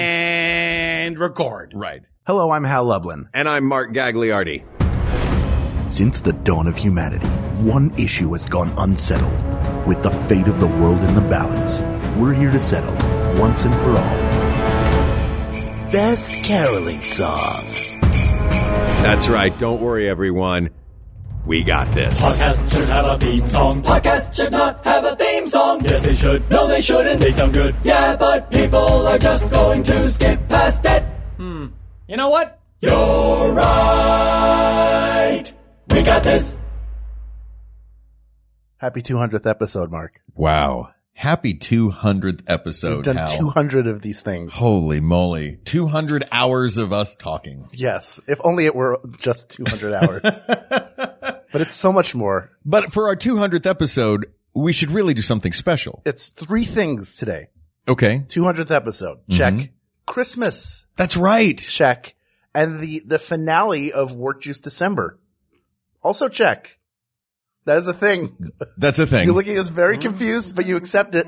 And record. Right. Hello, I'm Hal Lublin. And I'm Mark Gagliardi. Since the dawn of humanity, one issue has gone unsettled. With the fate of the world in the balance, we're here to settle once and for all. Best caroling song. That's right. Don't worry, everyone. We got this. Podcast should have a theme song. Podcast should not have a theme song. Yes, they should. No, they shouldn't. They sound good. Yeah, but people are just going to skip past it. Hmm. You know what? You're right. We got this. Happy 200th episode, Mark. Wow. Happy 200th episode, We've done Hal. 200 of these things. Oh, Holy moly. 200 hours of us talking. Yes, if only it were just 200 hours. but it's so much more. But for our 200th episode, we should really do something special. It's three things today. Okay. 200th episode, Mm-hmm. check. Christmas, That's right. check. And the, the finale of Wort Juice December, also check. That is a thing. That's a thing. You're looking at us very confused, but you accept it.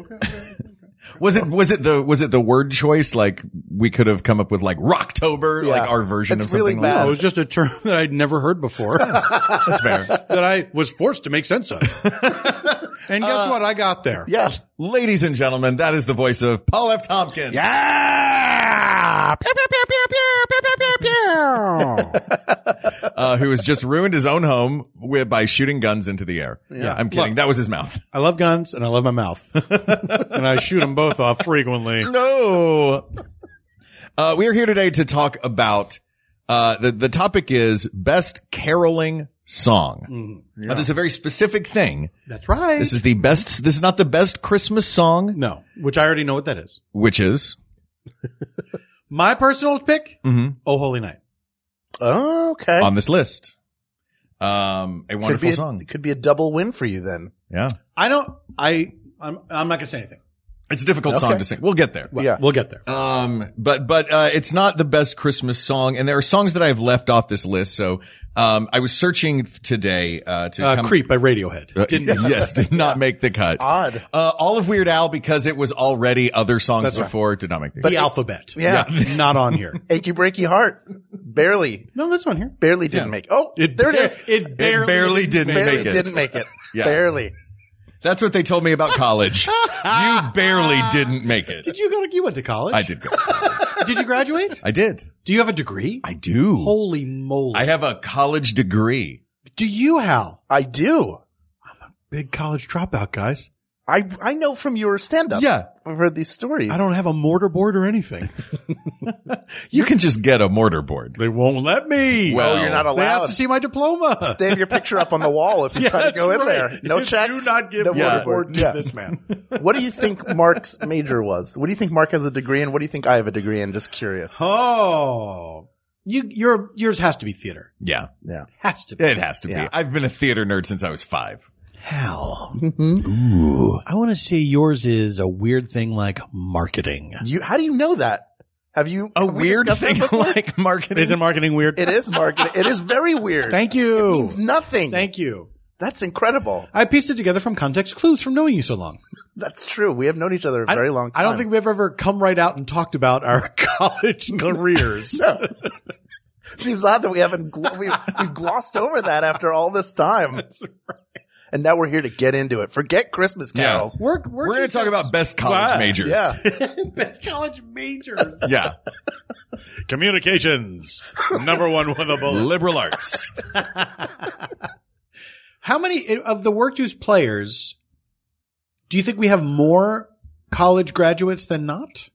was it, was it the, was it the word choice? Like we could have come up with like Rocktober, Yeah. like our version It's of something really like bad. It was just a term that I'd never heard before that that. That's fair. I was forced to make sense of. And guess what? I got there. Yeah. Ladies and gentlemen, that is the voice of Paul F. Tompkins. Yeah. Pew, pew, pew, pew, pew, pew, pew, pew, pew. uh, who has just ruined his own home with, by shooting guns into the air. Yeah, I'm kidding. that was his mouth. I love guns and I love my mouth. and I shoot them both off frequently. No. Uh, we are here today to talk about uh, the the topic is best caroling song. Mm, Now, this is a very specific thing. That's right. This is the best. This is not the best Christmas song, no, which I already know what that is. which is My personal pick, mhm, Oh Holy Night. Okay. on this list. Um, a could wonderful be a, song. could be a double win for you then. Yeah, I don't, I, I'm, I'm not going to say anything. it's a difficult song Okay. to sing. We'll get there. Well, Yeah. We'll get there. Um, but but uh, it's not the best Christmas song, and there are songs that I've left off this list. So um, I was searching today uh, to Uh, come- Creep by Radiohead. Uh, Didn't yes, did not make the cut. Odd. Uh, all of Weird Al because it was already other songs That's right. before did not make the the cut. alphabet. Yeah. Not on here. Achy breaky heart. Barely. No, that's on here. Barely didn't Yeah. make. Oh, there it is. It barely, it barely didn't barely make it. didn't make it. Yeah. Barely. That's what they told me about college. you barely didn't make it. Did you go to, you went to college? I did. Go. Did you graduate? I did. Do you have a degree? I do. Holy moly. I have a college degree. Do you, Hal? I do. Big college dropout, guys. I I know from your stand up. Yeah. I've heard these stories. I don't have a mortar board or anything. You can just get a mortar board. they won't let me. Well, Oh, you're not they have allowed. to see my diploma. They have your picture up on the wall if you Yeah, try to that's go in right. there. No You checks. Do not give no Yeah. mortar water board board. to Yeah. this man. What do you think Mark's major was? What do you think Mark has a degree in? What do you think I have a degree in? Just curious. Oh, you, your yours has to be theater. Yeah, Yeah. Has to be. it has to Yeah. be. I've been a theater nerd since I was five. Hal, Mhm. I want to say yours is a weird thing like marketing. You how do you know that? Have you A have we weird discussed that thing before? like marketing. Isn't marketing weird? It is marketing. It is very weird. Thank you. It means nothing. Thank you. That's incredible. I pieced it together from context clues from knowing you so long. That's true. We have known each other a very long I time. don't think we've ever come right out and talked about our college careers. No. Seems odd that we haven't gl- we we've glossed over that after all this time. And now we're here to get into it. Forget Christmas Yeah. carols. We're, We're going to talk about best college Wow. majors. Yeah. best college majors. Yeah. Communications, number one with a Liberal arts. How many of the work juice players do you think we have more college graduates than not?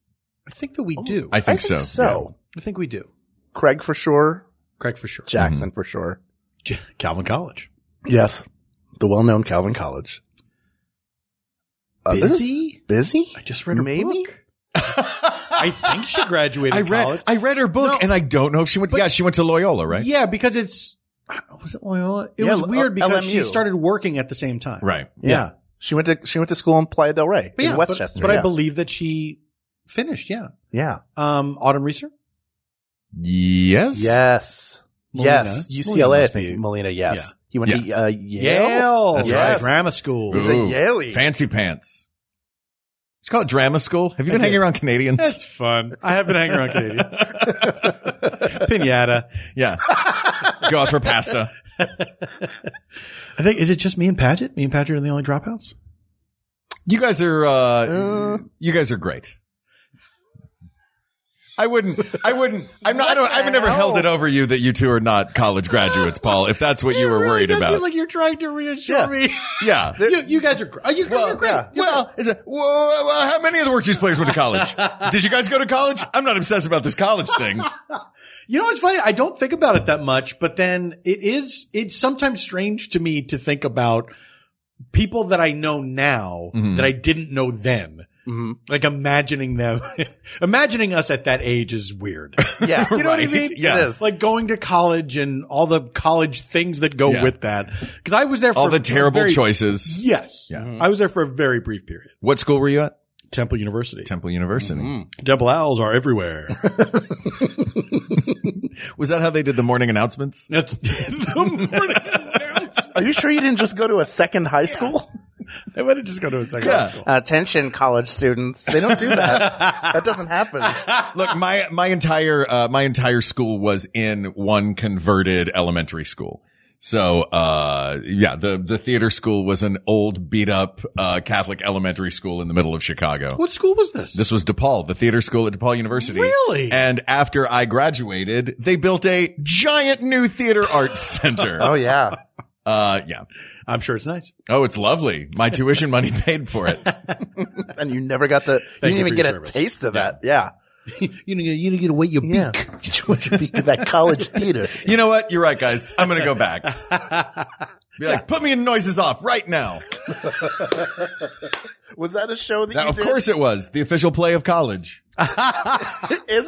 I think that we do. Oh, I think, so. I think we do. Craig for sure. Craig for sure. Jackson for sure. Calvin College. Yes. The well known Calvin College. Uh, this is- Busy? Busy? I just read her Maybe? book. I think she graduated I read college. I read her book No. and I don't know if she went yeah, she went to Loyola, right? Yeah, because it's was it Loyola? It Yeah, was L- weird because she LMU. started working at the same time. Right. Yeah. She went to she went to school in Playa del Rey But in yeah, but- Westchester. But, yeah. I believe that she finished, yeah. yeah. Um Autumn Reeser? Yes. Yes. Molina. Yes. Molina UCLA, I must think. be- Molina, yes. He went to uh, Yale. Yale. That's Yes. Drama school. He's a Ooh. Yaley. Fancy pants. It's called drama school. Have you been hanging around Canadians? That's fun. I have been hanging around Canadians. Pinata. yeah. Go out for pasta. I think is it just me and Paget? Me and Paget are the only dropouts. You guys are uh, you guys are great. I wouldn't. I wouldn't. I'm not. I don't. I've never held it over you that you two are not college graduates, Paul. If that's what you were worried about, like you're trying to reassure Yeah. me. yeah. you, you guys are. gr- You guys are great. yeah. Well, is it, well, well, well, how many of the workplace players went to college? Did you guys go to college? I'm not obsessed about this college thing. You know, it's funny. I don't think about it that much, but then it is, it's sometimes strange to me to think about people that I know now Mhm. that I didn't know then. Like imagining them, imagining us at that age is weird. Yeah. You know what I Right. mean? Yeah. It is. Like going to college and all the college things that go Yeah. with that. Cause I was there for All the a terrible very- choices. Yes. Yeah. I was there for a very brief period. What school were you at? Mm-hmm. Temple University. Temple University. Double owls are everywhere. Was that how they did the morning announcements? That's the morning. Are you sure you didn't just go to a second high school? I might have just go to a second Yeah. school. Attention, college students. They don't do that. that doesn't happen. Look, my my entire uh, my entire school was in one converted elementary school. So uh, yeah, the the theater school was an old beat up uh, Catholic elementary school in the middle of Chicago. What school was this? This was DePaul, the theater school at DePaul University. Really? And after I graduated, they built a giant new theater arts center. Oh yeah. Uh, yeah. I'm sure it's nice. Oh, it's lovely. My tuition money paid for it. And you never got to, you didn't you even for your get service. a taste of that. Yeah. you know, you know, you know, wait your Yeah. What you be in that college theater. You know what? You're right, guys. I'm going to go back. Be like, put me in noises off right now. Was that a show that Now, you of did? course it was the official play of college. Is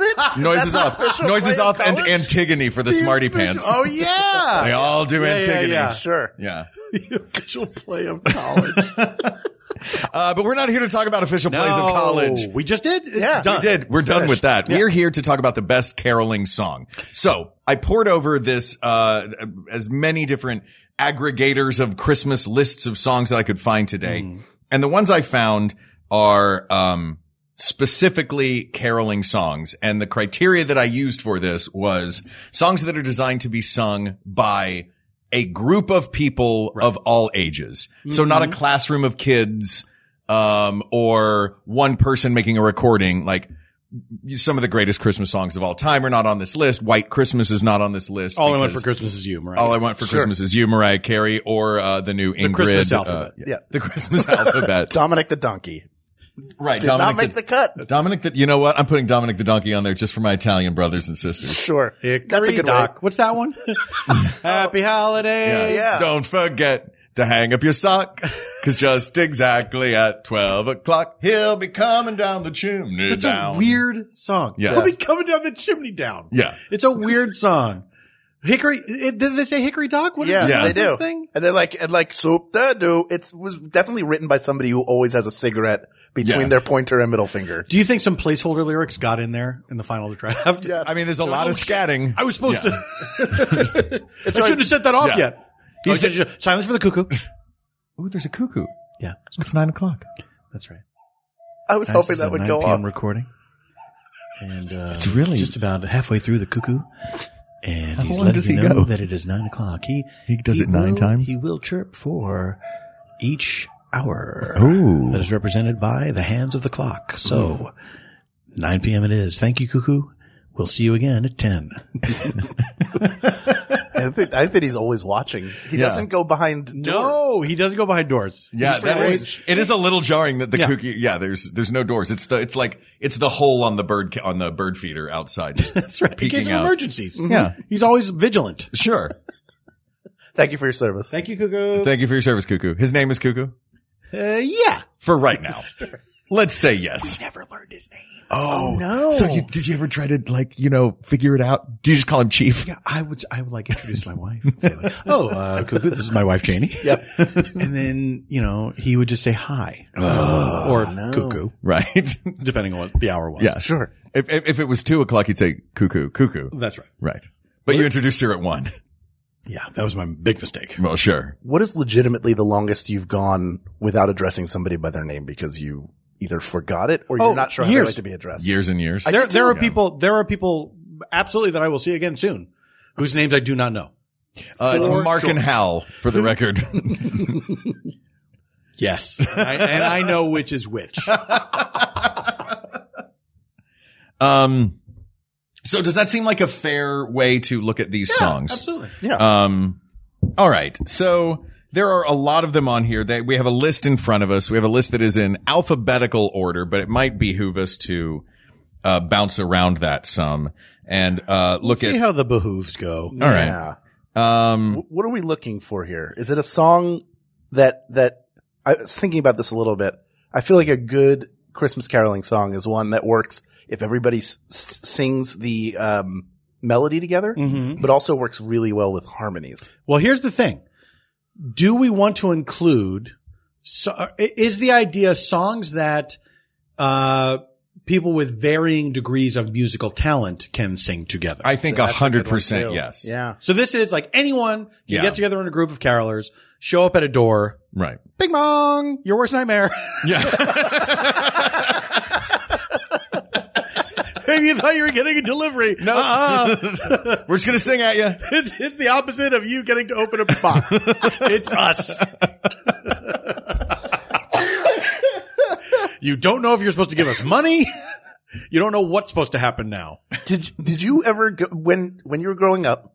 it? Noises That's the off. official Noises play of off and college? Antigone for the, smarty pants. Oh yeah, They all do Yeah, yeah, Antigone. yeah. Sure. Yeah. the official play of college. Uh, but we're not here to talk about official plays of college. We just did. It's Yeah. done. We Oh, did. We're done with that. We're here to talk about the best caroling song. So I poured over this, uh, as many different aggregators of Christmas lists of songs that I could find today. And the ones I found are, um, specifically caroling songs. And the criteria that I used for this was songs that are designed to be sung by a group of people of all ages. So not Mm-hmm. a classroom of kids, um, or one person making a recording. Like some of the greatest Christmas songs of all time are not on this list. White Christmas is not on this list. All I want for because Christmas is you, right? All I want for Christmas is you, Mariah Carey, or uh, the new Ingrid. Christmas uh, alphabet. yeah, Yeah. the Christmas alphabet. Dominic the donkey. right, Did not make the, cut. Dominic, the, you know what? I'm putting Dominic the Donkey on there just for my Italian brothers and sisters. Sure. That's a good doc. What's that one? Happy holidays. Yeah. Don't forget to hang up your sock, cause just exactly at 12 o'clock, he'll be coming down the chimney It's down. a weird song. Yeah. We'll be coming down the chimney down. Yeah. It's a weird song. Hickory, it, did they say Hickory Dock? What is Yeah, this Yeah. they do. nonsense thing? And they're like, and like, soup da do. It was definitely written by somebody who always has a cigarette between Yeah. their pointer and middle finger. Do you think some placeholder lyrics got in there in the final draft? Yeah. I mean, there's a lot of scatting. I was supposed Yeah. to. I shouldn't have set that off Yeah. yet. He's Oh, ju- ju- silence for the cuckoo. Ooh, there's a cuckoo. yeah, It's nine o'clock. that's right. I was hoping that would go off. recording, and uh, It's really- just about halfway through the cuckoo. And he's long letting does you he know go? that it is nine o'clock. He He does it nine will- times? He will chirp for each hour Ooh. that is represented by the hands of the clock. So nine p.m. it is. Thank you, cuckoo. We'll see you again at ten. I think, I think he's always watching. He Yeah. doesn't go behind doors. he doesn't go behind doors. Yeah, He's that friendly. is, it is a little jarring that the Yeah. cuckoo. Yeah, there's there's no doors. It's the it's like it's the hole on the bird ca- on the bird feeder outside. That's right. In Peeking case of out. emergencies. Yeah. He's always vigilant. sure. Thank you for your service. Thank you, Cuckoo. Thank you for your service, Cuckoo. His name is Cuckoo Uh, yeah. for right now. Let's say yes. Never learned his name. Oh no. So you, did you ever try to like you know figure it out? Do you just call him Chief? Yeah, I would. I would like introduce my wife. and say, like, oh, uh, Cuckoo, this is my wife, Janie. Yep. And then you know he would just say hi Uh, or Cuckoo, Right. depending on what the hour was. yeah. Sure. If, if if it was two o'clock, you'd say Cuckoo, Cuckoo. that's right. Right. But you introduced her at one. Yeah, that was my big mistake. Well, sure. What is legitimately the longest you've gone without addressing somebody by their name because you either forgot it or you're Oh, not sure how years. they like to be addressed. years and years. there, there are Yeah. people. There are people absolutely that I will see again soon, whose names I do not know. Uh, it's For Mark and sure. Hal for the record. Yes, I, and I know which is which. um, so does that seem like a fair way to look at these songs? Absolutely. Um, all right. So there are a lot of them on here. That we have a list in front of us. We have a list that is in alphabetical order, but it might behoove us to uh, bounce around that some and uh, look See at. how the behooves go. all Yeah. right. um, Wh- What are we looking for here? Is it a song that that I was thinking about this a little bit. I feel like a good Christmas caroling song is one that works if everybody s- s- sings the um, melody together, Mm-hmm. Mm-hmm. but also works really well with harmonies. Well, here's the thing. Do we want to include, so, uh, i- is the idea songs that, uh, people with varying degrees of musical talent can sing together? I think That's a good hundred one, percent. too. Yes. Yeah. so this is like anyone can Yeah. get together in a group of carolers, show up at a door, Right. bing bong, your worst nightmare. Yeah. you thought you were getting a delivery. Um, no. Uh-uh. We're just gonna sing at you. It's, it's the opposite of you getting to open a box. it's us. you don't know if you're supposed to give us money. You don't know what's supposed to happen now. Did did you ever go, when when you were growing up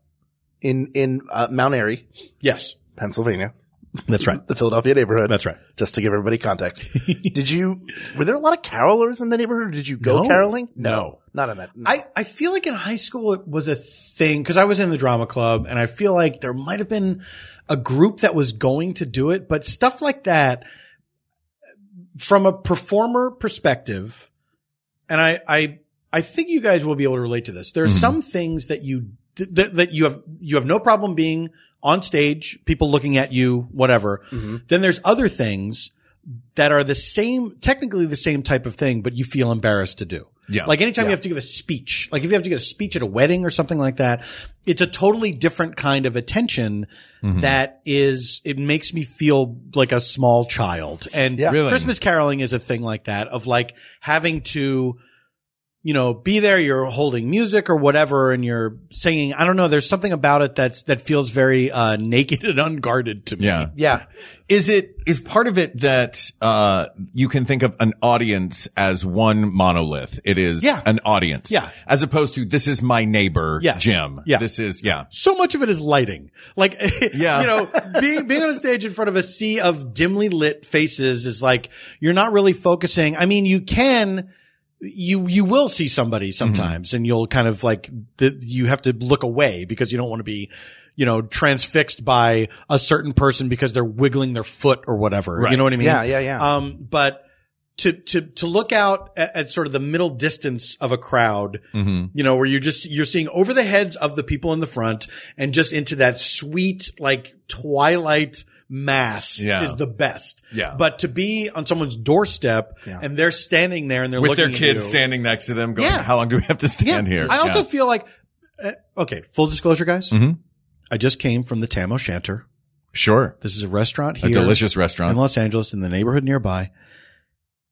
in in uh, Mount Airy, Yes. Pennsylvania? That's right. The Philadelphia neighborhood. That's right. Just to give everybody context. did you were there a lot of carolers in the neighborhood or did you go No. caroling? No. Not in that. I, I feel like in high school it was a thing because I was in the drama club and I feel like there might have been a group that was going to do it, but stuff like that from a performer perspective, and I I I think you guys will be able to relate to this. There are Mhm. some things that you that, that you have you have no problem being on stage, people looking at you, whatever. Then there's other things that are the same, technically the same type of thing, but you feel embarrassed to do. Yeah. Like anytime you have to give a speech, like if you have to give a speech at a wedding or something like that, it's a totally different kind of attention Mm-hmm. that is, it makes me feel like a small child. And Yeah. Really? Christmas caroling is a thing like that of like having to, you know, be there, you're holding music or whatever and you're singing. I don't know. There's something about it that's, that feels very, uh, naked and unguarded to me. Yeah. yeah. Is it is part of it that uh you can think of an audience as one monolith? It is Yeah. an audience. Yeah. As opposed to this is my neighbor, Yes. Jim. Yeah. This is yeah. so much of it is lighting. Like, Yeah. you know, being, being on a stage in front of a sea of dimly lit faces is like, you're not really focusing. I mean, you can, you, you will see somebody sometimes and you'll kind of like, the, you have to look away because you don't want to be, you know, transfixed by a certain person because they're wiggling their foot or whatever. Right. You know what I mean? Yeah, yeah, yeah. Um, but to, to, to look out at, at sort of the middle distance of a crowd Mm-hmm. you know, where you're just, you're seeing over the heads of the people in the front and just into that sweet, like twilight mass Yeah. is the best. Yeah. But to be on someone's doorstep Yeah. and they're standing there and they're With looking their at kids you- standing next to them going, Yeah. How long do we have to stand here? I also Yeah. feel like, uh, okay, full disclosure, guys. Mhm. I just came from the Tam O'Shanter. Sure. This is a restaurant A here delicious in restaurant. Los Angeles in the neighborhood nearby.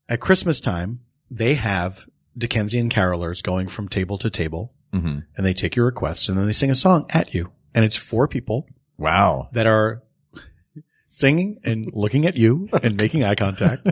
At Christmas time, they have Dickensian carolers going from table to table Mhm. and they take your requests and then they sing a song at you. And it's four people Wow. that are singing and looking at you and making eye contact.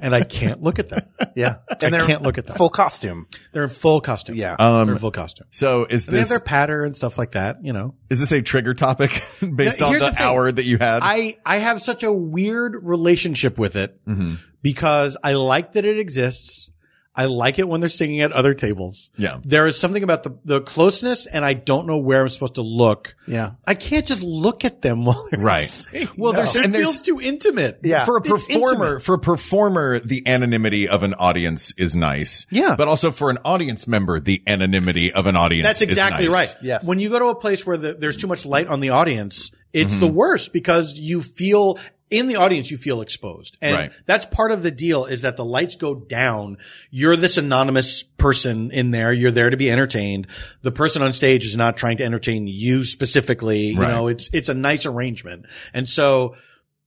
And I can't look at them. Yeah. I And they're can't look at them. full costume. they're in full costume. Yeah. They're in Um full costume. so is And they have this their patter and stuff like that, you know. is this a trigger topic based No, on here's the, the thing. hour that you had? I, I have such a weird relationship with it Mhm. because I like that it exists. I like it when they're singing at other tables. Yeah. There is something about the, the closeness and I don't know where I'm supposed to look. Yeah. I can't just look at them while they're Right. Well, there's, No. it And there's- feels too intimate. Yeah. for a It's performer, intimate. for a performer, the anonymity of an audience is nice. Yeah. But also for an audience member, the anonymity of an audience That's is exactly nice. right. Yes. When you go to a place where the, there's too much light on the audience, it's Mm-hmm. the worst because you feel in the audience you feel exposed. And Right. that's part of the deal is that the lights go down. You're this anonymous person in there. You're there to be entertained. The person on stage is not trying to entertain you specifically. You Right. know, it's it's a nice arrangement. And so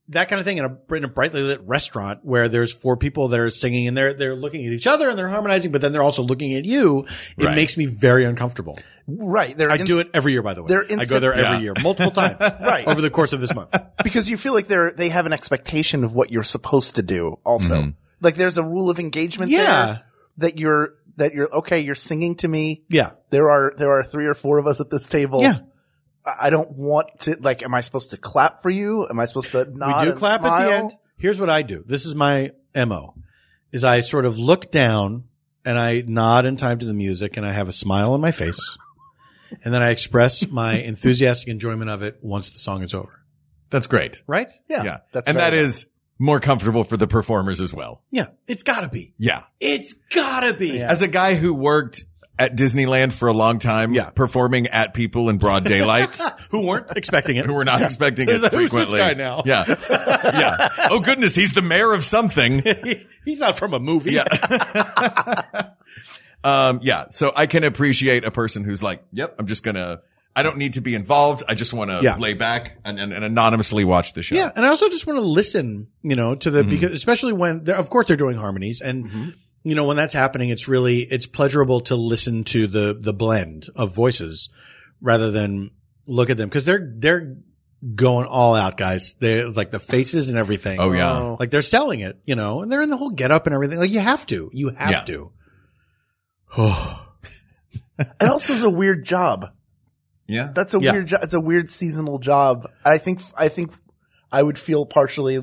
that kind of thing in a, in a brightly lit restaurant where there's four people that are singing and they're they're looking at each other and they're harmonizing, but then they're also looking at you. It Right. makes me very uncomfortable. Right. They're I ins- do it every year, by the way. they're I go there every Yeah. year, multiple times, Right. over the course of this month. because you feel like they're they have an expectation of what you're supposed to do also like there's a rule of engagement Mm-hmm. Yeah. there that you're that you're okay you're singing to me Yeah, there are there are three or four of us at this table Yeah. I- I don't want to like. Am I supposed to clap for you? Am I supposed to nod? we do and clap at smile? the end. Here's what I do. This is my mo: is I sort of look down and I nod in time to the music, and I have a smile on my face, and then I express my enthusiastic enjoyment of it once the song is over. That's great. Right? Yeah, Yeah. that's and very that good. is more comfortable for the performers as well. Yeah, it's gotta be. Yeah. It's gotta be. As a guy who worked at Disneyland for a long time, Yeah. performing at people in broad daylight. Who weren't expecting it? Who were not expecting it Who's this frequently. guy now? Yeah, yeah. Oh goodness, he's the mayor of something. He's not from a movie. Um, yeah. So I can appreciate a person who's like, "Yep, I'm just gonna. I don't need to be involved. I just want to Yeah. lay back and, and, and anonymously watch the show." Yeah, and I also just want to listen, you know, to the Mhm. because especially when they're, of course they're doing harmonies and Mm-hmm. you know when that's happening it's really it's pleasurable to listen to the the blend of voices rather than look at them cuz they're they're going all out guys. They like the faces and everything. Oh yeah. Like they're selling it, you know, and they're in the whole get up and everything. Like you have to. You have Yeah. to. It also is a weird job. Yeah. That's a Yeah. weird. Jo- it's a weird seasonal job. I think. I think. I would feel partially.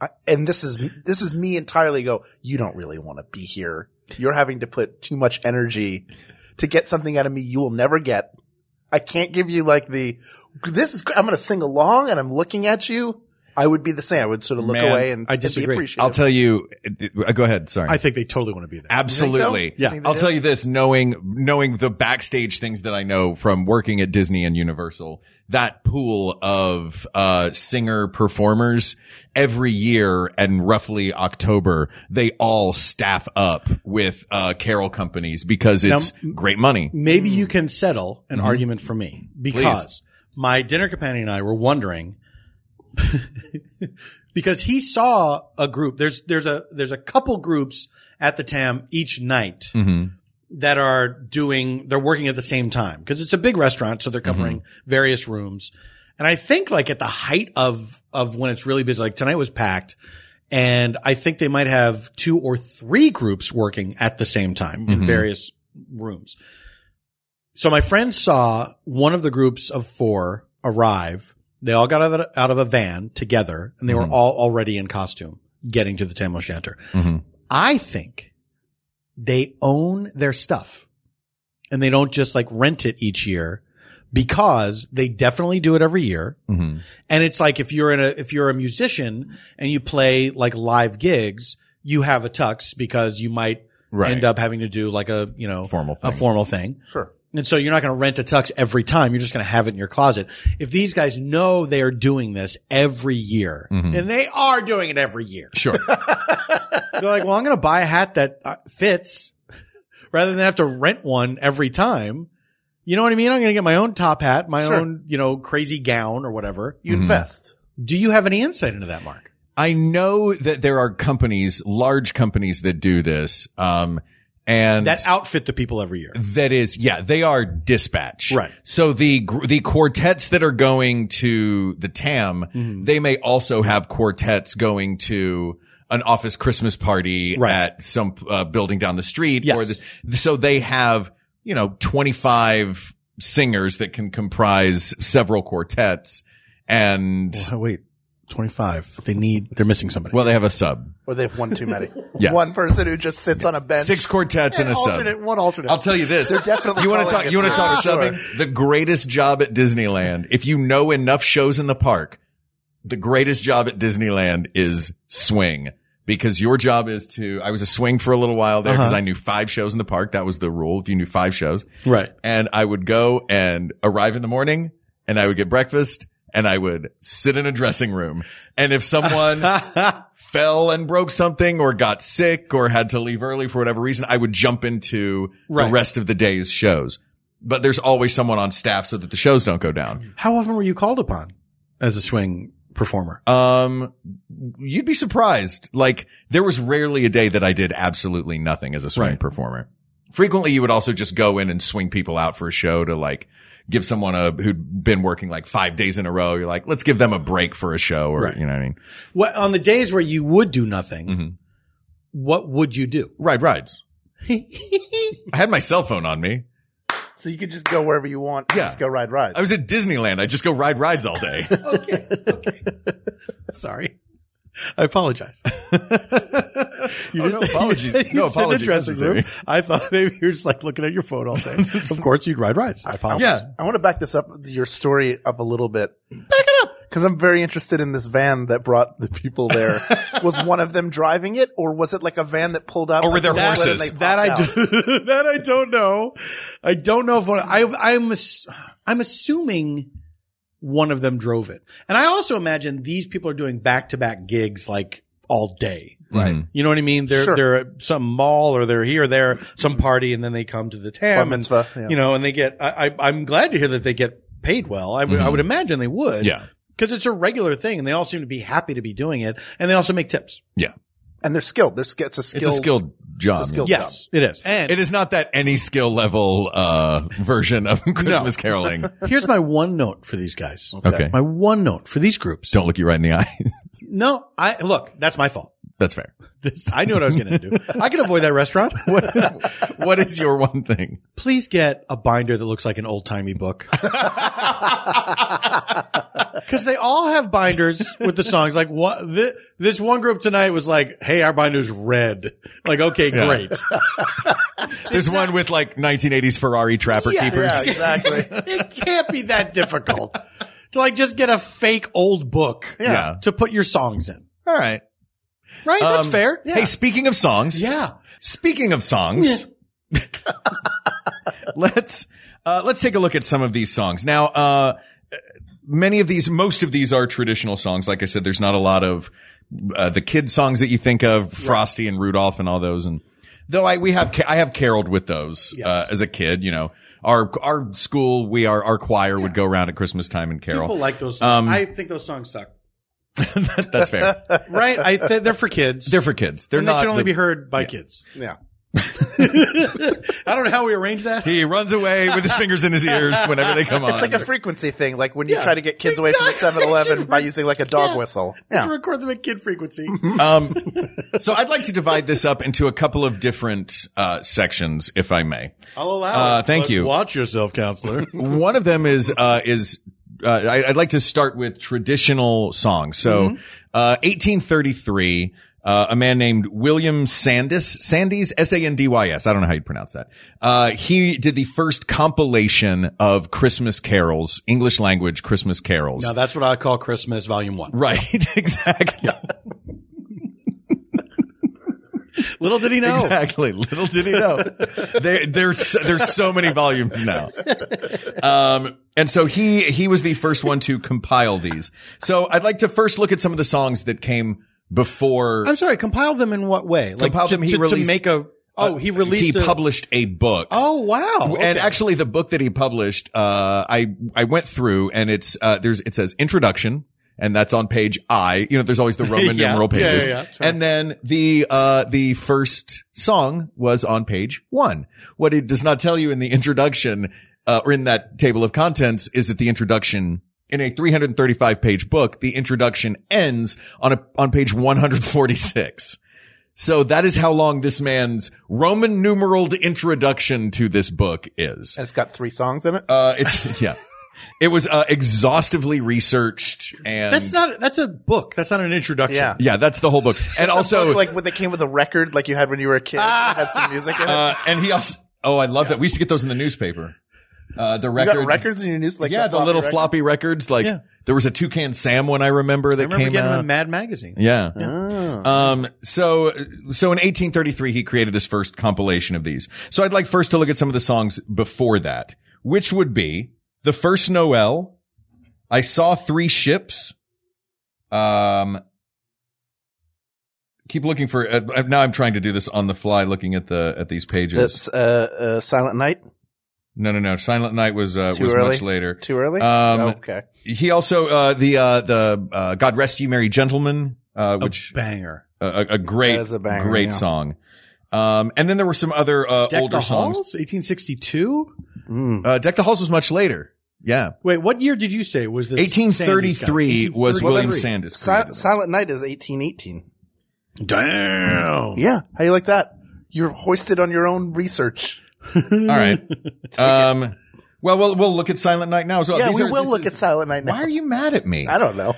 I, and this is this is me entirely. Go. You don't really want to be here. You're having to put too much energy to get something out of me you will never get. I can't give you like the. This is. gr- I'm going to sing along, and I'm looking at you. I would be the same. I would sort of look Man, away and, I and be disagree. appreciative. I'll tell you. uh, Go ahead. Sorry. I think they totally want to be there. Absolutely. Yeah. think they I'll do? tell you this, knowing knowing the backstage things that I know from working at Disney and Universal, that pool of uh singer performers every year and roughly October, they all staff up with uh carol companies because it's great money. maybe you can settle an argument for me because my dinner companion and I were wondering because he saw a group. There's there's a there's a couple groups at the TAM each night Mm-hmm. that are doing they're working at the same time because it's a big restaurant, so they're covering various rooms. And I think like at the height of of when it's really busy, like tonight was packed. And I think they might have two or three groups working at the same time in Mhm. various rooms. So my friend saw one of the groups of four arrive. They all got out of a, out of a van together and they were Mhm. all already in costume getting to the Tam O'Shanter. Mhm. I think they own their stuff and they don't just like rent it each year because they definitely do it every year. Mm-hmm. And it's like if you're in a if you're a musician and you play like live gigs, you have a tux because you might Right. end up having to do like a you know Formal uh, a thing. formal thing. Sure. And so you're not going to rent a tux every time. You're just going to have it in your closet. If these guys know they are doing this every year, Mhm. and they are doing it every year, Sure. they're like, well, I'm going to buy a hat that uh, fits rather than have to rent one every time. You know what I mean? I'm going to get my own top hat, my Sure. own, you know, crazy gown or whatever. you invest. Do you have any insight into that, Mark? I know that there are companies, large companies that do this. Um and That outfit the people every year. That is, yeah, they are dispatch. Right. So the gr- the quartets that are going to the TAM, Mm-hmm. they may also have quartets going to an office Christmas party Right. at some uh, building down the street. Yes. Or this, so they have, you know, 25 singers that can comprise several quartets. And oh, wait, 25. They need, they're missing somebody. well, they have a sub, Or they've won too many. Yeah. One person who just sits on a bench. six quartets and a sub. what alternate? I'll tell you this. They're definitely You want to calling talk? us You want to now, talk sure. subbing? The greatest job at Disneyland. If you know enough shows in the park, the greatest job at Disneyland is swing because your job is to. I was a swing for a little while there because Uh-huh. I knew five shows in the park. That was the rule. If you knew five shows, right. and I would go and arrive in the morning, and I would get breakfast. And I would sit in a dressing room. And if someone fell and broke something or got sick or had to leave early for whatever reason, I would jump into Right. the rest of the day's shows. But there's always someone on staff so that the shows don't go down. How often were you called upon as a swing performer? Um, you'd be surprised. Like there was rarely a day that I did absolutely nothing as a swing Right. performer. Frequently, you would also just go in and swing people out for a show to like give someone a who'd been working like five days in a row. You're like, let's give them a break for a show, or Right. you know what I mean? What on the days where you would do nothing, Mhm. what would you do? Ride rides. I had my cell phone on me. So you could just go wherever you want. and Yeah. Uh, Just go ride rides. I was at Disneyland. I just go ride rides all day. Sorry. I apologize. you Oh, no apology- no sit in a apology dressing room. necessary. I thought maybe you're just like looking at your phone all day. of course, you'd ride rides. I apologize. yeah. I want to back this up, your story up a little bit. Back it up. Because I'm very interested in this van that brought the people there. was one of them driving it, or was it like a van that pulled up? Or were there and horses? they popped That I out? do, that I don't know. I don't know if one, I I'm ass- I'm assuming one of them drove it, and I also imagine these people are doing back to back gigs like all day. Right. You know what I mean? They're Sure. they're at some mall or they're here, there, some party, and then they come to the Bar tam and mitzvah, yeah. Um, you know, and they get. I, I I'm glad to hear that they get paid well. I would I would imagine they would. Mm-hmm. Yeah. Because it's a regular thing, and they all seem to be happy to be doing it, and they also make tips. and they're skilled. They're sk- it's a It's skilled. a skilled job. It's a skilled- Yes, it is. And It is not that any skill level uh version of Christmas caroling. Here's my one note for these guys. Okay. My one note for these groups. Don't look you right in the eye. No, I look. That's my fault. That's fair. This I knew what I was going to do. I could avoid that restaurant. What, what is your one thing? Please get a binder that looks like an old timey book. Because they all have binders with the songs. Like what? This, this one group tonight was like, "Hey, our binder's red." Like, okay, Yeah. great. There's one with like 1980s Ferrari trapper Yeah. keepers. Yeah, exactly. it can't be that difficult to like just get a fake old book Yeah. to put your songs in. All right. Right? That's Um, fair. Hey, speaking of songs. yeah. Speaking of songs. let's uh, let's take a look at some of these songs now. Uh, many of these, most of these are traditional songs. Like I said, there's not a lot of uh, the kid songs that you think of, Frosty and Rudolph and all those. And though I we have ca- I have caroled with those uh, as a kid. You know, our our school we are our choir would go around at Christmas time and carol. People like those songs. Um, I think those songs suck. That's fair. Right? I th- they're for kids. They're for kids. They're and not. they should only the- be heard by kids. Yeah. I don't know how we arrange that. he runs away with his fingers in his ears whenever they come on. It's like a frequency thing, like when you Yeah. try to get kids away from the Exactly. 7 Eleven by using like a dog Yeah. whistle. To Yeah. record them at kid frequency. Um, so I'd like to divide this up into a couple of different uh, sections, if I may. I'll Uh, allow it. thank But you. Watch yourself, counselor. One of them is uh, is uh, I, I'd like to start with traditional songs. So, uh, 1833. Uh, a man named William Sandys, Sandys, S-A-N-D-Y-S. I don't know how you pronounce that. Uh, he did the first compilation of Christmas carols, English language Christmas carols. now that's what I call Christmas Volume One. right. Exactly. Little did he know. Exactly. Little did he know. there, there's there's so many volumes now. Um, and so he he was the first one to compile these. So I'd like to first look at some of the songs that came before. I'm sorry. Compiled them in what way? Like Compiled to, them, he to- to released- uh, make a. Oh, he released. he a- published a book. Oh wow. And Okay. actually, the book that he published, uh, I I went through, and it's uh, there's it says introduction, and that's on page I. You know, there's always the Roman Yeah. numeral Yeah, yeah, pages, yeah. and then the uh, the first song was on page one. What it does not tell you in the introduction uh, or in that table of contents is that the introduction. In a 335 page book, the introduction ends on a, on page 146. So that is how long this man's Roman numeraled introduction to this book is. And it's got three songs in it. Uh, it's yeah, it was uh, exhaustively researched and that's not. That's a book. That's not an introduction. Yeah. yeah, that's the whole book. And It's a also, book, like when they came with a record, like you had when you were a kid, it had some music in it. uh, and he also oh, I love that we used to get those in the newspaper. Uh, the you record, got records in your news, like yeah, the, little records? floppy records. Like Yeah. there was a Toucan Sam one I remember that I remember came getting out. them in Mad Magazine. yeah. Oh. Um, so, so in 1833, he created this first compilation of these. So I'd like first to look at some of the songs before that, which would be The First Noel, I Saw Three Ships, um, keep looking for, uh, now I'm trying to do this on the fly, looking at the, at these pages. That's uh, uh, Silent Night. No, no, no. Silent Night was uh, Too was early? much later. Too early? Um, okay. He also uh, the uh, the uh, God Rest You Merry Gentlemen, uh, Oh, which banger. a, a- a great That is a banger, great yeah. song. Um, and then there were some other uh, Deck older the songs. Halls, 1862. Mm. Uh, Deck the Halls was much later. Yeah, Wait, what year did you say was this? 1833 was William Sand. Sandys. Si- created it. Silent Night is 1818. Damn. Yeah. How you like that? You're hoisted on your own research. All right. Um, well, we'll we'll look at Silent Night now as well. yeah, These we are- will this look is- at Silent Night now. Why are you mad at me? I don't know.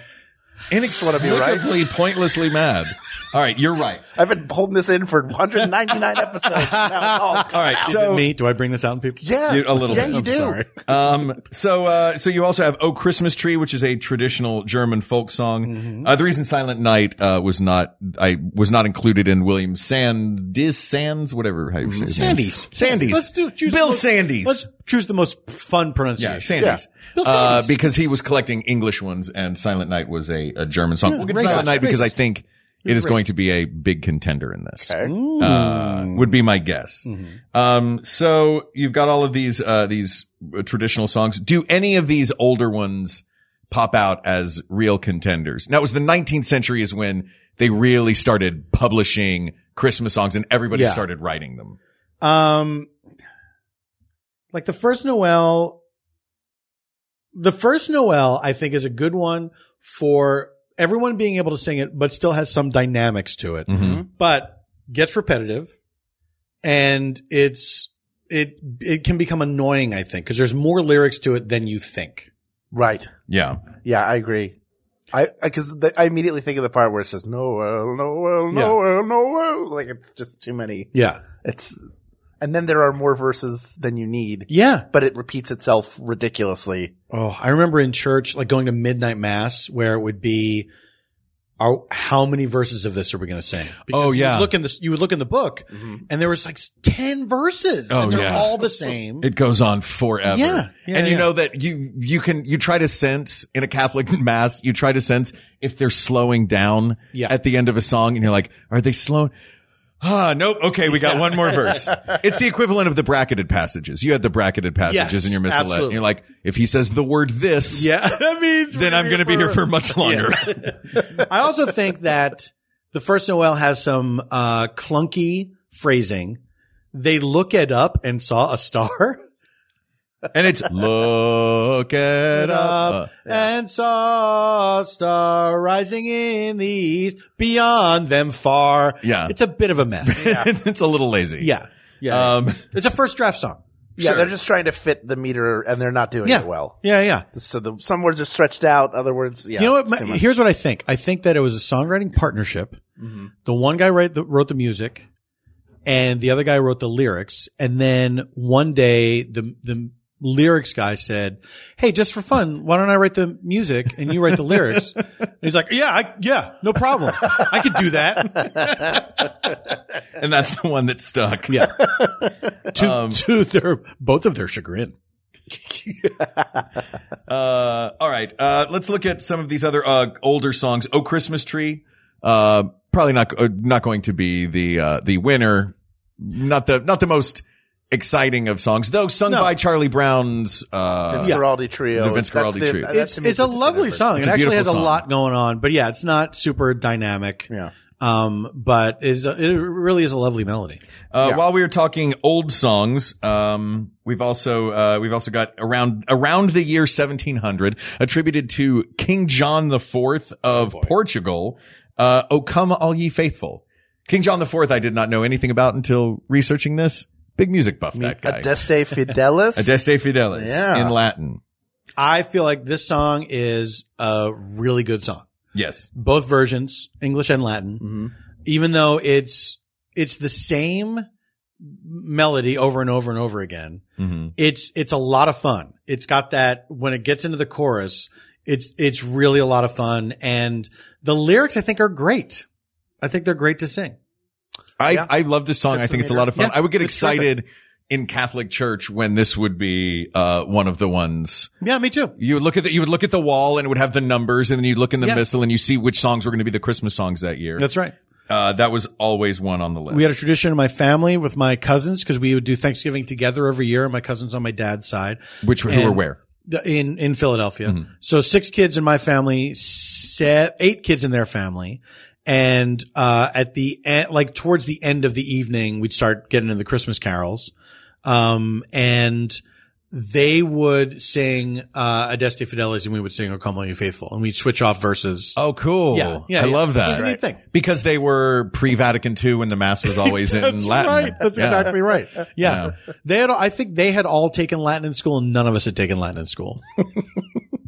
Inexplicably, pointlessly mad. All right, you're right. I've been holding this in for 199 episodes. Now it's all All right, Is so it me? Do I bring this out in people? Yeah. You- a little yeah, bit. you I'm do. Sorry. Um, so, uh, so you also have "Oh Christmas Tree," which is a traditional German folk song. Mm-hmm. Uh, the reason "Silent Night" uh, was not, I was not included in William Sandys, Sands, whatever how you say his name. Mm-hmm. Sandy's. Sandy's. Let's do choose Bill the most- Sandy's. Let's choose the most fun Yeah, pronunciation. Sandy's. Bill Uh, Sandys. because he was collecting English ones, and "Silent Night" was a, a German song. Yeah, we'll get racist, to "Silent Night" because I racist. think it is going to be a big contender in this. Okay. Uh, would be my guess. Um, so you've got all of these uh, these uh, traditional songs. Do any of these older ones pop out as real contenders? Now, it was the 19th century is when they really started publishing Christmas songs, and everybody Yeah. started writing them. Um, like the first Noel, the first Noel, I think, is a good one for everyone being able to sing it, but still has some dynamics to it. But gets repetitive, and it's it it can become annoying. I think because there's more lyrics to it than you think. Right. Yeah, Yeah, I agree. I because I, immediately think of the part where it says Noel, Noel, Noel, Noel. Like it's just too many. Yeah, It's and then there are more verses than you need, yeah. but it repeats itself ridiculously. Oh, I remember in church, like going to midnight mass, where it would be, are, how many verses of this are we going to sing? Oh, you yeah. Mm-hmm. would look in this, you would look in the book, and there was like ten verses, Oh, and they're yeah. all the same. it goes on forever. Yeah. Yeah, and you yeah. know that you you can you try to sense in a Catholic mass you try to sense if they're slowing down Yeah. at the end of a song, and you're like, are they slowing? Ah, nope. Okay, we got one more verse. It's the equivalent of the bracketed passages. You had the bracketed passages Yes, in your missalette. and absolutely. You're like, if he says the word this, yeah, that means then I'm going to be here for much longer. I also think that the first Noel has some uh, clunky phrasing. They look it up and saw a star. and it's look it up. Uh, and saw a star rising in the east beyond them far. Yeah. It's a bit of a mess. it's a little lazy. yeah. Yeah. Um, it's a first draft song. Yeah, they're just trying to fit the meter, and they're not doing Yeah. it well. Yeah. Yeah. So the some words are stretched out, other words, yeah. you know what? it's my- too much. here's what I think. I think that it was a songwriting partnership. The one guy write the, wrote the music, and the other guy wrote the lyrics. And then one day, the the lyrics guy said, "Hey, just for fun, why don't I write the music and you write the lyrics?" and he's like, "Yeah, I, yeah, no problem. I could do that." and that's the one that stuck. Yeah. to Um, to their both of their chagrin. Uh, all right. Uh, let's look at some of these other uh, older songs. Oh, Christmas Tree. Uh, probably not uh, not going to be the uh, the winner. Not the not the most exciting of songs, though. Sung No. by Charlie Brown's. Uh, Vince yeah. Guaraldi trio. The Vince is- that's Guaraldi the- trio. that to It's, me it's is a the lovely difference. song. It's it a actually has beautiful song. a lot going on, but yeah, it's not super dynamic. Yeah. Um, but is it really is a lovely melody. Uh, While we were talking old songs, um, we've also uh, we've also got around around the year 1700 attributed to King John the Fourth Oh, of Portugal. Uh, o come all ye faithful, King John the Fourth. I did not know anything about until researching this. Big music buff that Mm-hmm. guy. Adeste Fidelis. Adeste Fidelis Yeah. in Latin. I feel like this song is a really good song. Yes. Both versions, English and Latin, Mhm. even though it's it's the same melody over and over and over again. Mm-hmm. It's it's a lot of fun. It's got that when it gets into the chorus, it's it's really a lot of fun and the lyrics I think are great. I think they're great to sing. I, Yeah. I love this song. Sets I think the it's a lot of fun. meter. I would get Yeah, it's terrific. excited in Catholic church when this would be uh, one of the ones Yeah, me too. You would look at the you would look at the wall and it would have the numbers and then you'd look in the Yeah. missal and you see which songs were going to be the Christmas songs that year. That's right. Uh, that was always one on the list. We had a tradition in my family with my cousins because we would do Thanksgiving together every year. My cousins on my dad's side. Which were- who And- were where? The- in in Philadelphia. Mm-hmm. So six kids in my family, se- eight kids in their family, and uh, at the end, like towards the end of the evening, we'd start getting into the Christmas carols, um, and they would sing uh, Adeste Fidelis, and we would sing O Come All You Faithful, and we'd switch off verses. Oh, cool. Yeah, yeah, I yeah. love that. It's a neat thing. Because they were pre-Vatican II when the mass was always in That's Latin. right. That's Yeah. exactly right. Yeah. They had, I think they had all taken Latin in school and none of us had taken Latin in school.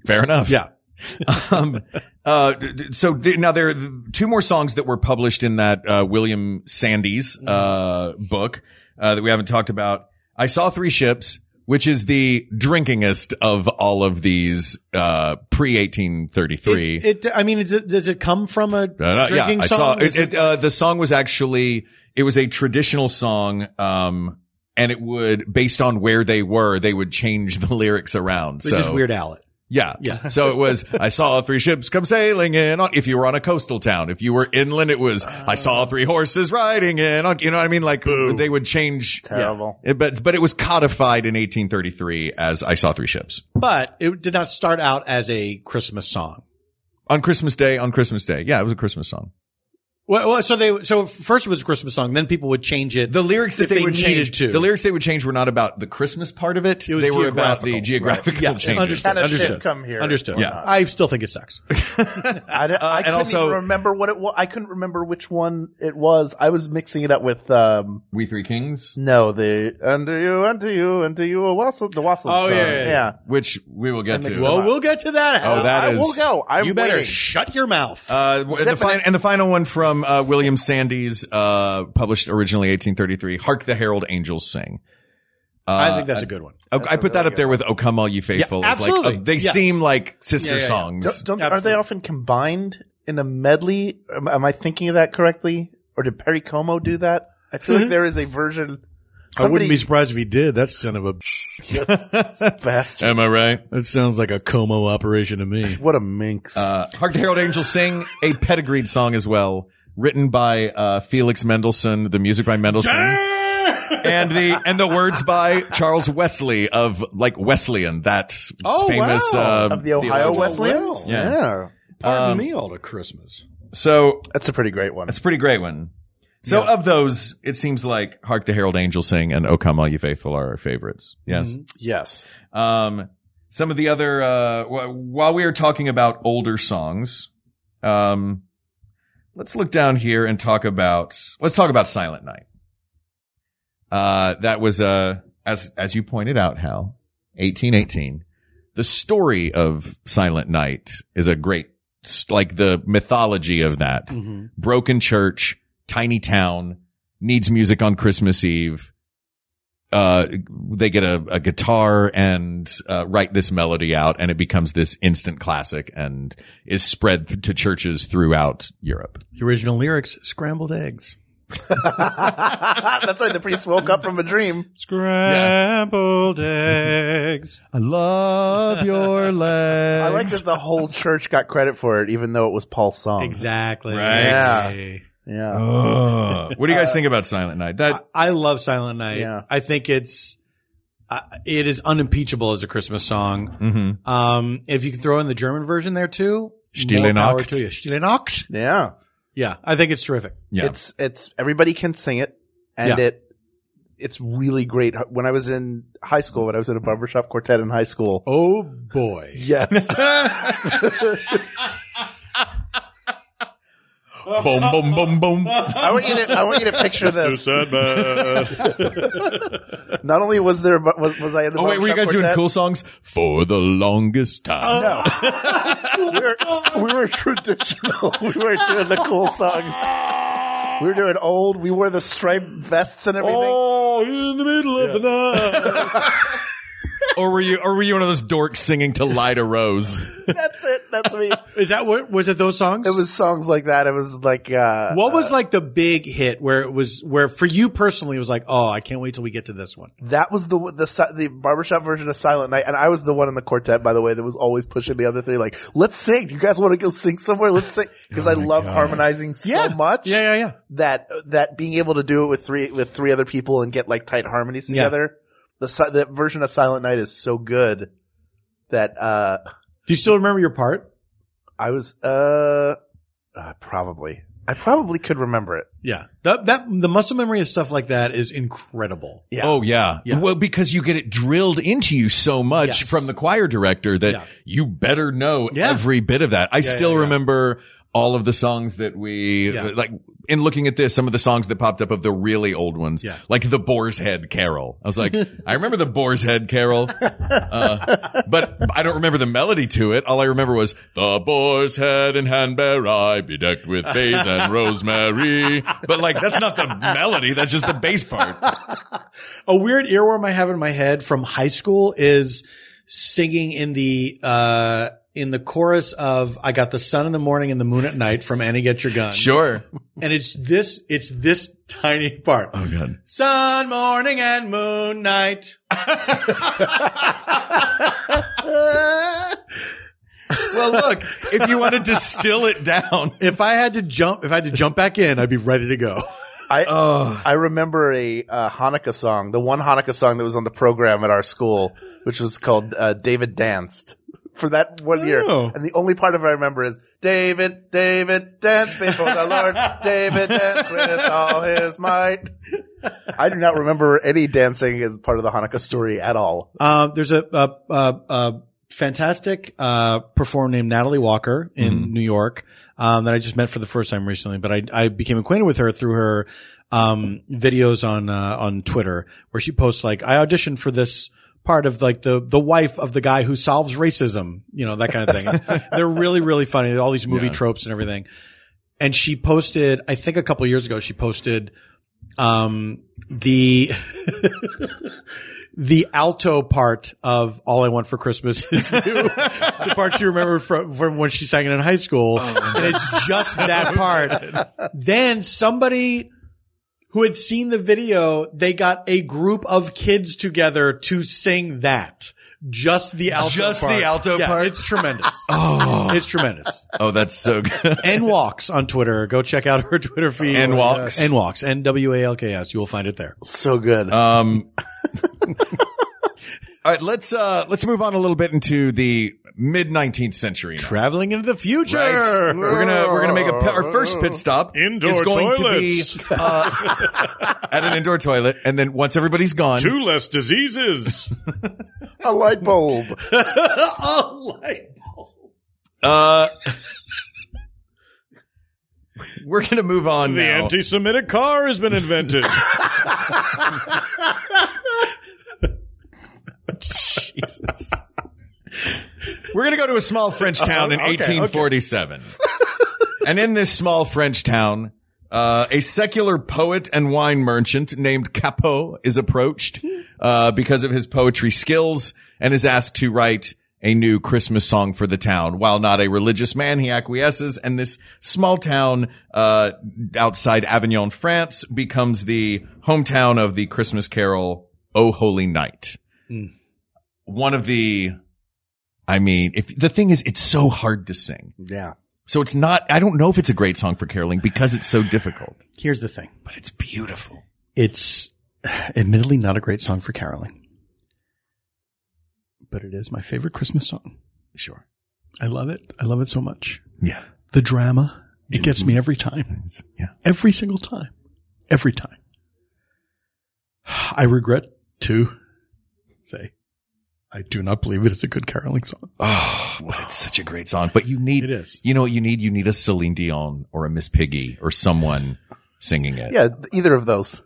Fair enough. Yeah. um, uh, d- d- so th- now there are th- two more songs that were published in that uh, William Sandys Mm-hmm. uh, book uh, that we haven't talked about. I saw three ships, which is the drinkingest of all of these uh, pre eighteen thirty three. It, it- I mean, is it, does it come from a Uh, yeah, drinking I song? saw Is it, it, uh, the song was actually it was a traditional song. Um, and it would, based on where they were, they would change the lyrics around. They so just Weird Al it. Yeah. Yeah. So it was, I saw three ships come sailing in on, if you were on a coastal town, if you were inland, it was, I Uh. saw three horses riding in on, you know what I mean? Like they would change. Terrible. Yeah. It- but, but it was codified in 1833 as I saw three ships But it did not start out as a Christmas song. on Christmas day, on Christmas day. Yeah. It was a Christmas song. Well, well so they so first it was a Christmas song, then people would change it. The lyrics that If they, they would needed change, to. the lyrics they would change were not about the Christmas part of it. It was they were about the geographical geographical, right. Yeah, changes. understood. Kinda shit understood. come here. Understood. Yeah. I still think it sucks. I, d- Uh, I and couldn't also- even remember what it was. I couldn't remember which one it was. I was mixing it up with um We Three Kings, no the under you under you under you a wassail the wassail Oh, song. yeah, yeah, yeah. which we will get That to. makes Well, we'll get to that. Oh, that Uh, I is- will go. I'm you better waiting. shut your mouth. Uh, w- the Zipping fin- it. and the final one from uh, William Sandys, uh, published originally 1833. Hark the Herald Angels Sing. Uh, I think that's a good one. I, I put that up there with "O Come All Ye Faithful." Yeah, It's like, absolutely. uh, they Yes. seem like sister Yeah, yeah, yeah. songs. Don't, don't- are Absolutely. they often combined in a medley? Am, am I thinking of that correctly? Or did Perry Como do that? I feel Mm-hmm. like there is a version. I wouldn't be somebody- surprised if he did. That son of a best. Am I right? that sounds like a Como operation to me. What a minx! Uh, "Hark the Herald Angels Sing," a pedigreed song as well, written by uh, Felix Mendelssohn, the music by Mendelssohn. and the and the words by Charles Wesley of like Wesleyan, that Oh, famous wow. uh, of the Ohio theologian. Wesleyans. Yeah. Um, Pardon me, all to Christmas. So that's a pretty great one. That's a pretty great one. So of those, it seems like Hark the Herald Angels Sing and O Come All You Faithful are our favorites. Yes. Yes. Um, some of the other, uh, wh- while we are talking about older songs, um, let's look down here and talk about, let's talk about Silent Night. Uh, that was, uh, as, as you pointed out, Hal, 1818. The story of Silent Night is a great, s- like the mythology of that broken church, tiny town, needs music on Christmas Eve. Uh, they get a, a guitar and uh, write this melody out, and it becomes this instant classic and is spread th- to churches throughout Europe. The original lyrics: scrambled eggs, that's right. The priest woke up from a dream. Scrambled eggs. I love your legs. I like that the whole church got credit for it, even though it was Paul's song. Exactly. Oh. Right. Yeah. Yeah. what do you guys think about Silent Night? That I, I love Silent Night. Yeah. I think it's uh, it is unimpeachable as a Christmas song. mhm. Um, if you can throw in the German version there too, Stille more power Nacht. to you. Stille Nacht. Yeah. Yeah, I think it's terrific. yeah, It's it's everybody can sing it, and Yeah. it it's really great. When I was in high school, when I was in a barbershop quartet in high school, Oh boy. yes, boom, boom, boom, boom. I want you to I want you to picture this. Sadman. Not only was there but was was I in the Oh wait, barbershop were you guys doing quartet? cool songs for the longest time? No. we, were, we were traditional. We weren't doing the cool songs. We were doing old. We wore the striped vests and everything. oh, in the middle of the night. or were you or were you one of those dorks singing to Lida Rose? That's it. That's me. Is that what was it? Those songs? It was songs like that. It was like uh, What was like the big hit where it was where for you personally it was like, oh, I can't wait till we get to this one. that was the the si- the barbershop version of Silent Night, and I was the one in the quartet, by the way, that was always pushing the other three. Like, let's sing. You guys want to go sing somewhere? Let's sing because I love harmonizing so much. Oh Yeah, yeah, yeah. That that being able to do it with three with three other people and get like tight harmonies Yeah. together. The si- that version of Silent Night is so good that uh, Do you still remember your part? I was uh, uh probably I probably could remember it. Yeah. That, that the muscle memory of stuff like that is incredible. Yeah. Oh yeah. Yeah. Well, because you get it drilled into you so much Yes. from the choir director that Yeah. you better know Yeah. every bit of that. I still yeah, yeah. remember all of the songs that we Yeah. like in looking at this, some of the songs that popped up of the really old ones. Yeah. Like the Boar's Head Carol. I was like, I remember the Boar's Head Carol. Uh, but I don't remember the melody to it. All I remember was the boar's head and handbare I bedecked with bays and rosemary. But like, that's not the melody. That's just the bass part. A weird earworm I have in my head from high school is singing in the uh in the chorus of I got the sun in the morning and the moon at night from Annie Get Your Gun. Sure. And it's this it's this tiny part. Oh god. Sun, morning, and moon, night. Well, look, if you want to distill it down, If I had to jump, if I had to jump back in, I'd be ready to go. I I remember a uh, Hanukkah song, the one Hanukkah song that was on the program at our school, which was called uh, "David Danced." For that one year, Oh. and the only part of it I remember is David, David, dance before the Lord. David dance with all his might. I do not remember any dancing as part of the Hanukkah story at all. Uh, there's a, a, a, a fantastic uh, performer named Natalie Walker in New York um, that I just met for the first time recently, but I, I became acquainted with her through her um, videos on uh, on Twitter where she posts like I auditioned for this part of like the the wife of the guy who solves racism, you know that kind of thing. They're really really funny. All these movie tropes and everything. And she posted, I think a couple years ago, she posted um, the the alto part of "All I Want for Christmas Is You," the part you remember from from when she sang it in high school, Oh, and it's just that part. Then somebody who had seen the video, they got a group of kids together to sing that. Just the alto Just the part. alto Yeah, part? It's tremendous. oh, it's tremendous. oh, that's so good. N walks on Twitter. Go check out her Twitter feed. N Walks? N walks. N W A L K S. You will find it there. So good. Um, all right, let's uh, let's move on a little bit into the mid nineteenth century. now. Traveling into the future. Right. We're gonna we're gonna make a, pi- our first pit stop. Indoor is going toilets. to be uh, at an indoor toilet, and then once everybody's gone, Two less diseases. a light bulb. Oh, uh, we're gonna move on the now. anti-Semitic car has been invented. We're going to go to a small French town in okay, okay. 1847. and in this small French town, uh, a secular poet and wine merchant named Capot is approached uh, because of his poetry skills and is asked to write a new Christmas song for the town. While not a religious man, he acquiesces, and this small town uh, outside Avignon, France, becomes the hometown of the Christmas carol "O Holy Night." Hmm. One of the I mean, if the thing is, it's so hard to sing. Yeah. So it's not, I don't know if it's a great song for caroling because it's so difficult, Here's the thing. but it's beautiful. It's admittedly not a great song for caroling, but it is my favorite Christmas song. Sure. I love it. I love it so much. Yeah. The drama, it gets me every time. It's- yeah. Every single time. Every time. I regret to say, I do not believe it is a good caroling song. Oh, but it's such a great song, but you need, It is. you know what you need? You need a Celine Dion or a Miss Piggy or someone singing it. Yeah. Either of those.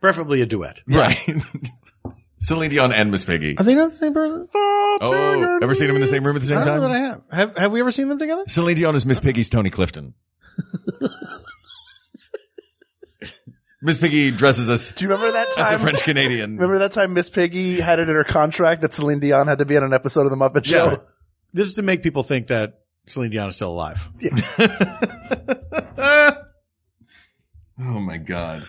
Preferably a duet. Right. Celine Dion and Miss Piggy. Are they not the same person? Oh, ever seen them in the same room at the same I don't know that time? I have. Have Have we ever seen them together? Celine Dion is Miss Piggy's Tony Clifton. Miss Piggy dresses us Do you remember that as a time? French Canadian. Remember that time Miss Piggy had it in her contract that Celine Dion had to be on an episode of the Muppet Yeah. Show? This is to make people think that Celine Dion is still alive. Oh my god!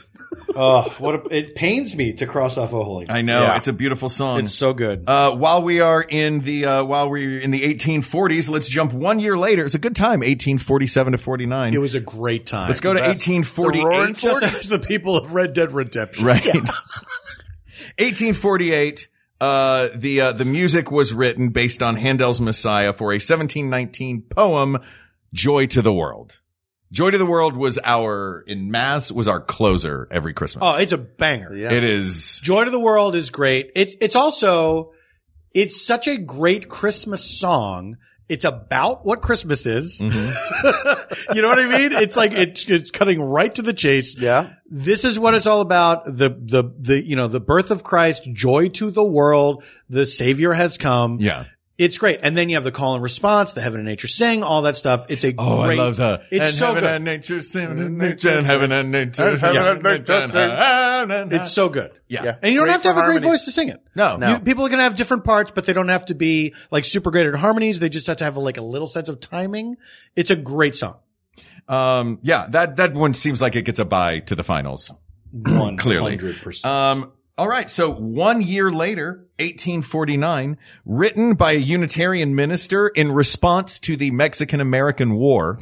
Oh, what a, it pains me to cross off O Holy. I know Yeah. it's a beautiful song. It's so good. Uh, while we are in the uh, while we're in the 1840s, let's jump one year later. It's a good time, 1847 to 49. it was a great time. let's go to The roaring 1848. Just as the people of Red Dead Redemption. Right. 1848. Uh, the uh, the music was written based on Handel's Messiah for a 1719 poem, "Joy to the World." "Joy to the World" was our in mass was our closer every Christmas. Oh, it's a banger. Yeah. it is. Joy to the World is great. It's it's also it's such a great Christmas song. It's about what Christmas is. you know what I mean? It's like it's it's cutting right to the chase. Yeah. This is what it's all about. The the the you know, the birth of Christ, joy to the world, the savior has come. Yeah. It's great. And then you have the call and response, the heaven and nature sing, all that stuff. It's a Oh, great I love that. It's and so heaven good. and nature, sin and nature, and heaven and nature, and heaven heaven and and nature, nature, and- It's so good. yeah. Yeah. And you don't Great have to have for a great harmonies. voice to sing it. No, No. You- people are going to have different parts, but they don't have to be like super great at harmonies. They just have to have like a little sense of timing. It's a great song. Um, yeah, that that one seems like it gets a bye to the finals. One Clearly. Um, all right. So one year later, 1849, written by a Unitarian minister in response to the Mexican American War.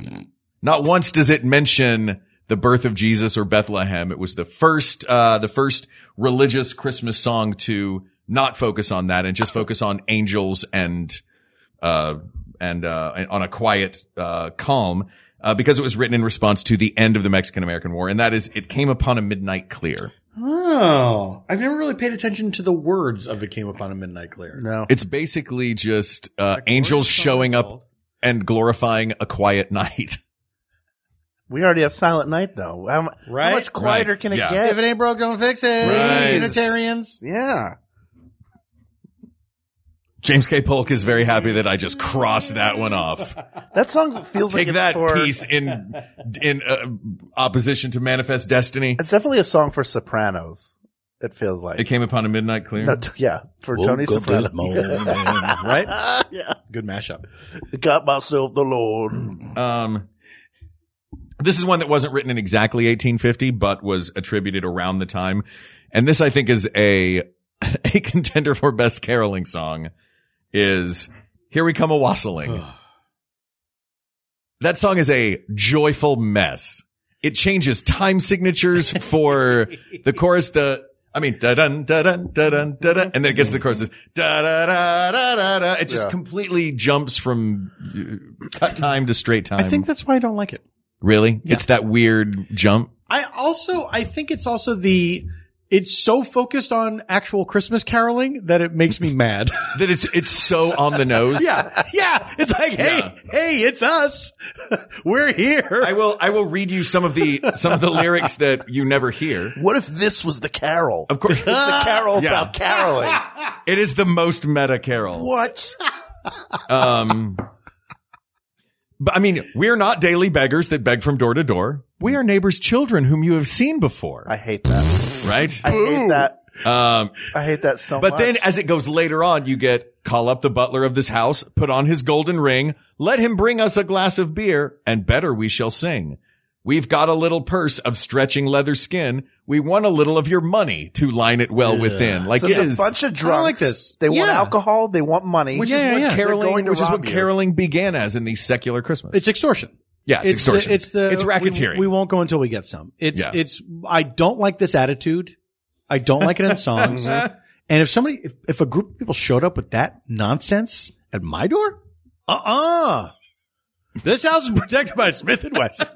Not once does it mention the birth of Jesus or Bethlehem. It was the first, uh, the first religious Christmas song to not focus on that and just focus on angels and, uh, and, uh, and on a quiet, uh, calm. Uh, because it was written in response to the end of the Mexican American War, and that is, it came upon a midnight clear. oh, I've never really paid attention to the words of "It Came Upon a Midnight Clear." No. It's basically just uh, angels showing up and glorifying a quiet night. We already have Silent Night though. How, mu- how Right? much quieter Right. can it Yeah. get? If it ain't broke, don't fix it. Right. Unitarians. Yeah. James K. Polk is very happy that I just crossed that one off. That song feels like Take it's that for, piece in in uh, opposition to Manifest Destiny. It's definitely a song for Sopranos. It feels like. It came upon a midnight clear. No, t- yeah, for Tony Soprano. right? yeah. Good mashup. Got myself the Lord. Um, this is one that wasn't written in exactly 1850, but was attributed around the time. And this, I think, is a a contender for best caroling song. Is here we come a wassailing. that song is a joyful mess. It changes time signatures for the chorus. The I mean, da dun da dun da dun da dun, and then it gets to the chorus. Da da da da da da. It just Yeah. completely jumps from uh, cut time to straight time. I think that's why I don't like it. Really? It's that weird jump. I also, I think it's also the. It's so focused on actual Christmas caroling that it makes me mad. That it's it's so on the nose. yeah, yeah. It's like, hey, Yeah. hey, it's us. We're here. I will I will read you some of the some of the lyrics that you never hear. What if this was the carol? Of course. It's a carol Yeah. about caroling. It is the most meta carol. what? Um But I mean, we're not daily beggars that beg from door to door. We are neighbors' children whom you have seen before. I hate that. right? I hate that. Um I hate that so But much. then as it goes later on, you get call up the butler of this house, put on his golden ring, let him bring us a glass of beer, and better we shall sing. We've got a little purse of stretching leather skin. We want a little of your money to line it well within. Like so it it's is. a bunch of drunks. like this. They want Yeah. alcohol. They want money. which Yeah, is yeah, what yeah. They're caroling, going to which is rob what you. caroling began as in the secular Christmas. It's extortion. yeah, it's, extortion. The, it's the it's racketeering. We, we won't go until we get some. It's Yeah. it's. I don't like this attitude. I don't like it in songs. and if somebody, if, if a group of people showed up with that nonsense at my door, uh uh This house is protected by Smith and Wesson.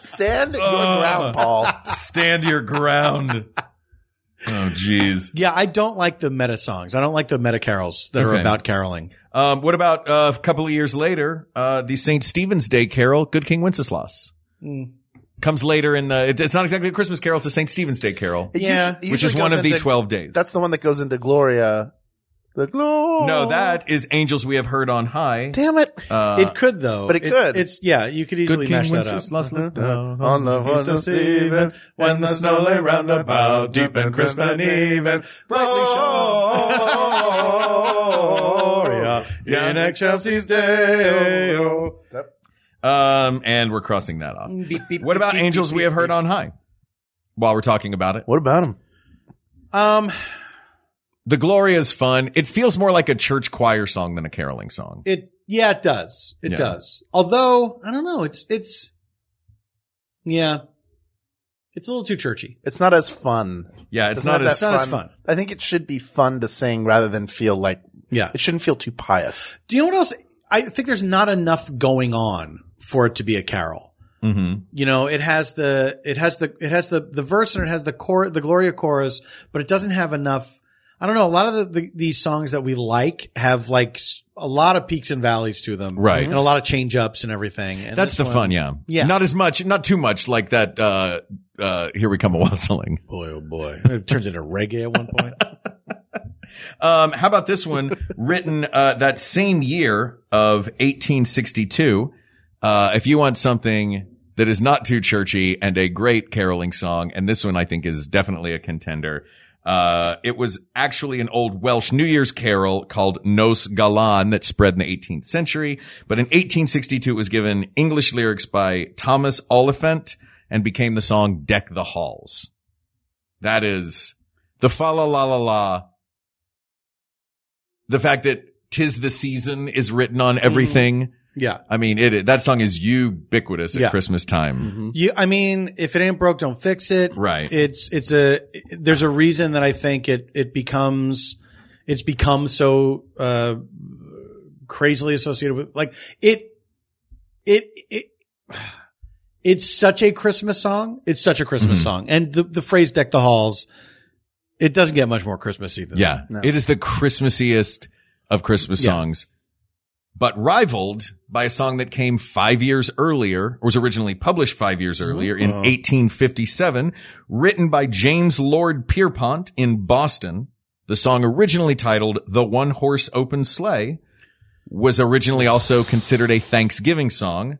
Stand your Uh. ground, Paul. Stand your ground. oh, jeez. yeah, I don't like the meta songs. I don't like the meta carols that Okay. are about caroling. Um, what about uh, a couple of years later, uh, the St. Stephen's Day Carol, Good King Wenceslas? Comes later in the, it- it's not exactly a Christmas carol, it's a St. Stephen's Day carol, It Yeah. usu- it which is usually one goes of the into- 12 days. That's the one that goes into Gloria. The glory. No, that is Angels We Have Heard on High. Damn it. Uh, it could though, but it It's- could. It's Uh-huh. yeah, you could easily mash that up. Wenceslas looked down On the east of wondrous even, when the snow lay round about, deep and crisp and even, brightly shone. Yeah, in Excelsis Deo. Um, and we're crossing that off. What about Angels We Have Heard on High? While we're talking about it, What about him? Um, the glory is fun. It feels more like a church choir song than a caroling song. it yeah, it does. It Yeah. does. Although I don't know, it's it's yeah, it's a little too churchy. It's not as fun. Yeah, it's Doesn't not have as that- not as fun. I think it should be fun to sing rather than feel like Yeah. it shouldn't feel too pious. Do you know what else? I think there's not enough going on for it to be a carol. hmm you know it has the it has the it has the the verse and it has the core the gloria chorus but it doesn't have enough i don't know a lot of the, the these songs that we like have like s- a lot of peaks and valleys to them Right. and a lot of change ups and everything and That's this the one- fun, yeah. Yeah. Not as much, not too much like that, uh, uh, here we come a whistling. boy oh boy it turns into reggae at one point Um, how about this one written, uh, that same year of 1862? Uh, if you want something that is not too churchy and a great caroling song, and this one I think is definitely a contender. Uh, it was actually an old Welsh New Year's carol called Nos Galan that spread in the 18th century. But in 1862, it was given English lyrics by Thomas Oliphant and became the song Deck the Halls. That is the fa la la la la the fact that tis the season is written on everything. yeah I mean, it, that song is ubiquitous at Mm-hmm. Yeah. Christmas time. you i mean if it ain't broke don't fix it Right. it's it's a there's a reason that i think it it becomes it's become so uh crazily associated with like it it it it's such a Christmas song. It's such a Christmas Mhm. song. And the, the phrase deck the halls, it doesn't get much more Christmassy than yeah. No. It is the Christmassiest of Christmas Yeah. songs, but rivaled by a song that came five years earlier, or was originally published five years earlier in Uh-huh. 1857, written by James Lord Pierpont in Boston. The song originally titled The One Horse Open Sleigh was originally also considered a Thanksgiving song.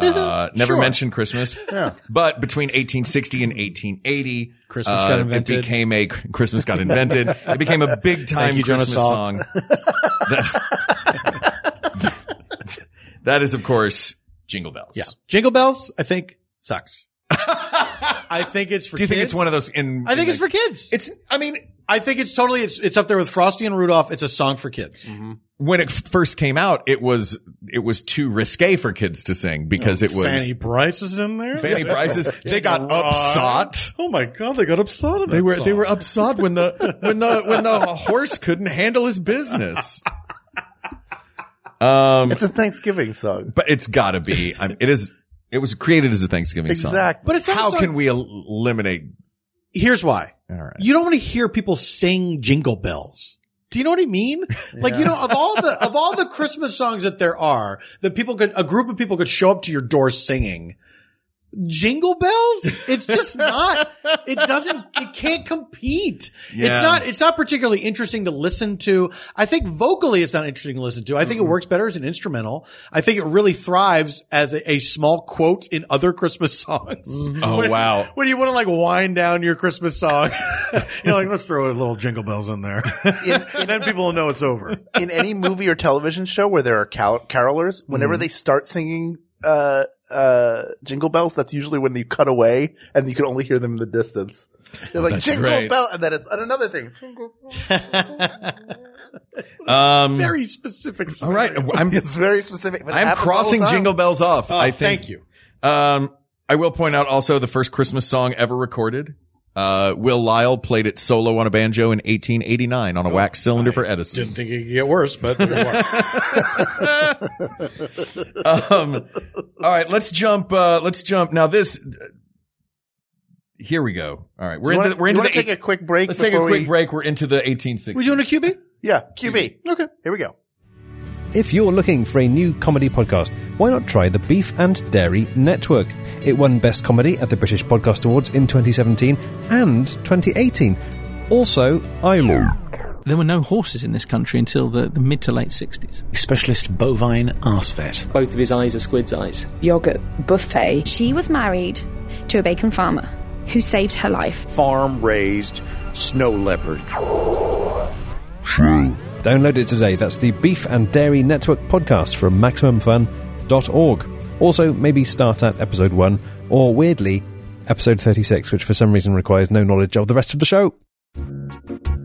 Uh, never Sure. mentioned Christmas, but between 1860 and 1880, Christmas got invented. It became a Christmas got invented. It became a big time Thank you, Christmas Jonas song. Salk. That- that is, of course, Jingle Bells. Yeah. Jingle bells, I think sucks. I think it's for Do you think kids. it's one of those? In I think in it's for kids. It's. I mean, I think it's totally, it's, it's up there with Frosty and Rudolph. It's a song for kids. when it f- first came out, it was it was too risque for kids to sing because it was Oh, Fanny Bryce is in there. Fanny Bryce's. They got Right. upsot. Oh my God, they got upset at They were they were upsot when the when the when the horse couldn't handle his business. Um, It's a Thanksgiving song. but it's got to be. I'm, it is. It was created as a Thanksgiving song. Exactly. But it's not How a song- can we el- eliminate? Here's why. All right. you don't want to hear people sing jingle bells. Do you know what I mean? Like, you know, of all the, of all the Christmas songs that there are, that people could, a group of people could show up to your door singing jingle bells. It's just not, it doesn't, it can't compete. Yeah. It's not, it's not particularly interesting to listen to. I think vocally it's not interesting to listen to. I think it works better as an instrumental. I think it really thrives as a, a small quote in other Christmas songs. Oh When- wow. when you want to like wind down your Christmas song, you're like, let's throw a little jingle bells in there, and then people will know it's over. In any movie or television show where there are cal- carolers, whenever Mm-hmm. they start singing uh, uh, jingle bells, that's usually when you cut away and you can only hear them in the distance. They're like that's jingle great. bell, and then it's and another thing. Jingle bell. Um, Very specific. Song. all right. I'm It's very specific. but it I'm happens all the crossing time. Jingle Bells off. I think. Oh, thank you. Um, I will point out also the first Christmas song ever recorded. Uh, Will Lyle played it solo on a banjo in 1889 on a wax cylinder for Edison. Oh, Didn't think it could get worse, but there you are. um, all right, let's jump. Uh, let's jump now. This here we go. All right, Do we're you into wanna- the, we're do you into want the to take a eight- quick break? let's take a before quick we- break. We're into the 1860s. we doing a QB? Yeah, QB. Okay. Here we go. If you're looking for a new comedy podcast, why not try the Beef and Dairy Network? It won Best Comedy at the British Podcast Awards in 2017 and 2018. Also, I There were no horses in this country until the, the mid to late 60s. Specialist bovine arse vet. Both of his eyes are squid's eyes. Yogurt buffet. She was married to a bacon farmer who saved her life. Farm raised snow leopard. Download it today. That's the Beef and Dairy Network podcast from MaximumFun.org. Also, maybe start at episode 1 or weirdly, episode 36, which for some reason requires no knowledge of the rest of the show.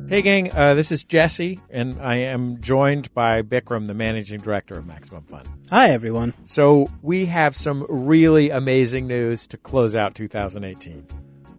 Hey, gang, uh, this is Jesse, and I am joined by Bikram, the managing director of Maximum Fun. Hi, everyone. So, we have some really amazing news to close out 2018.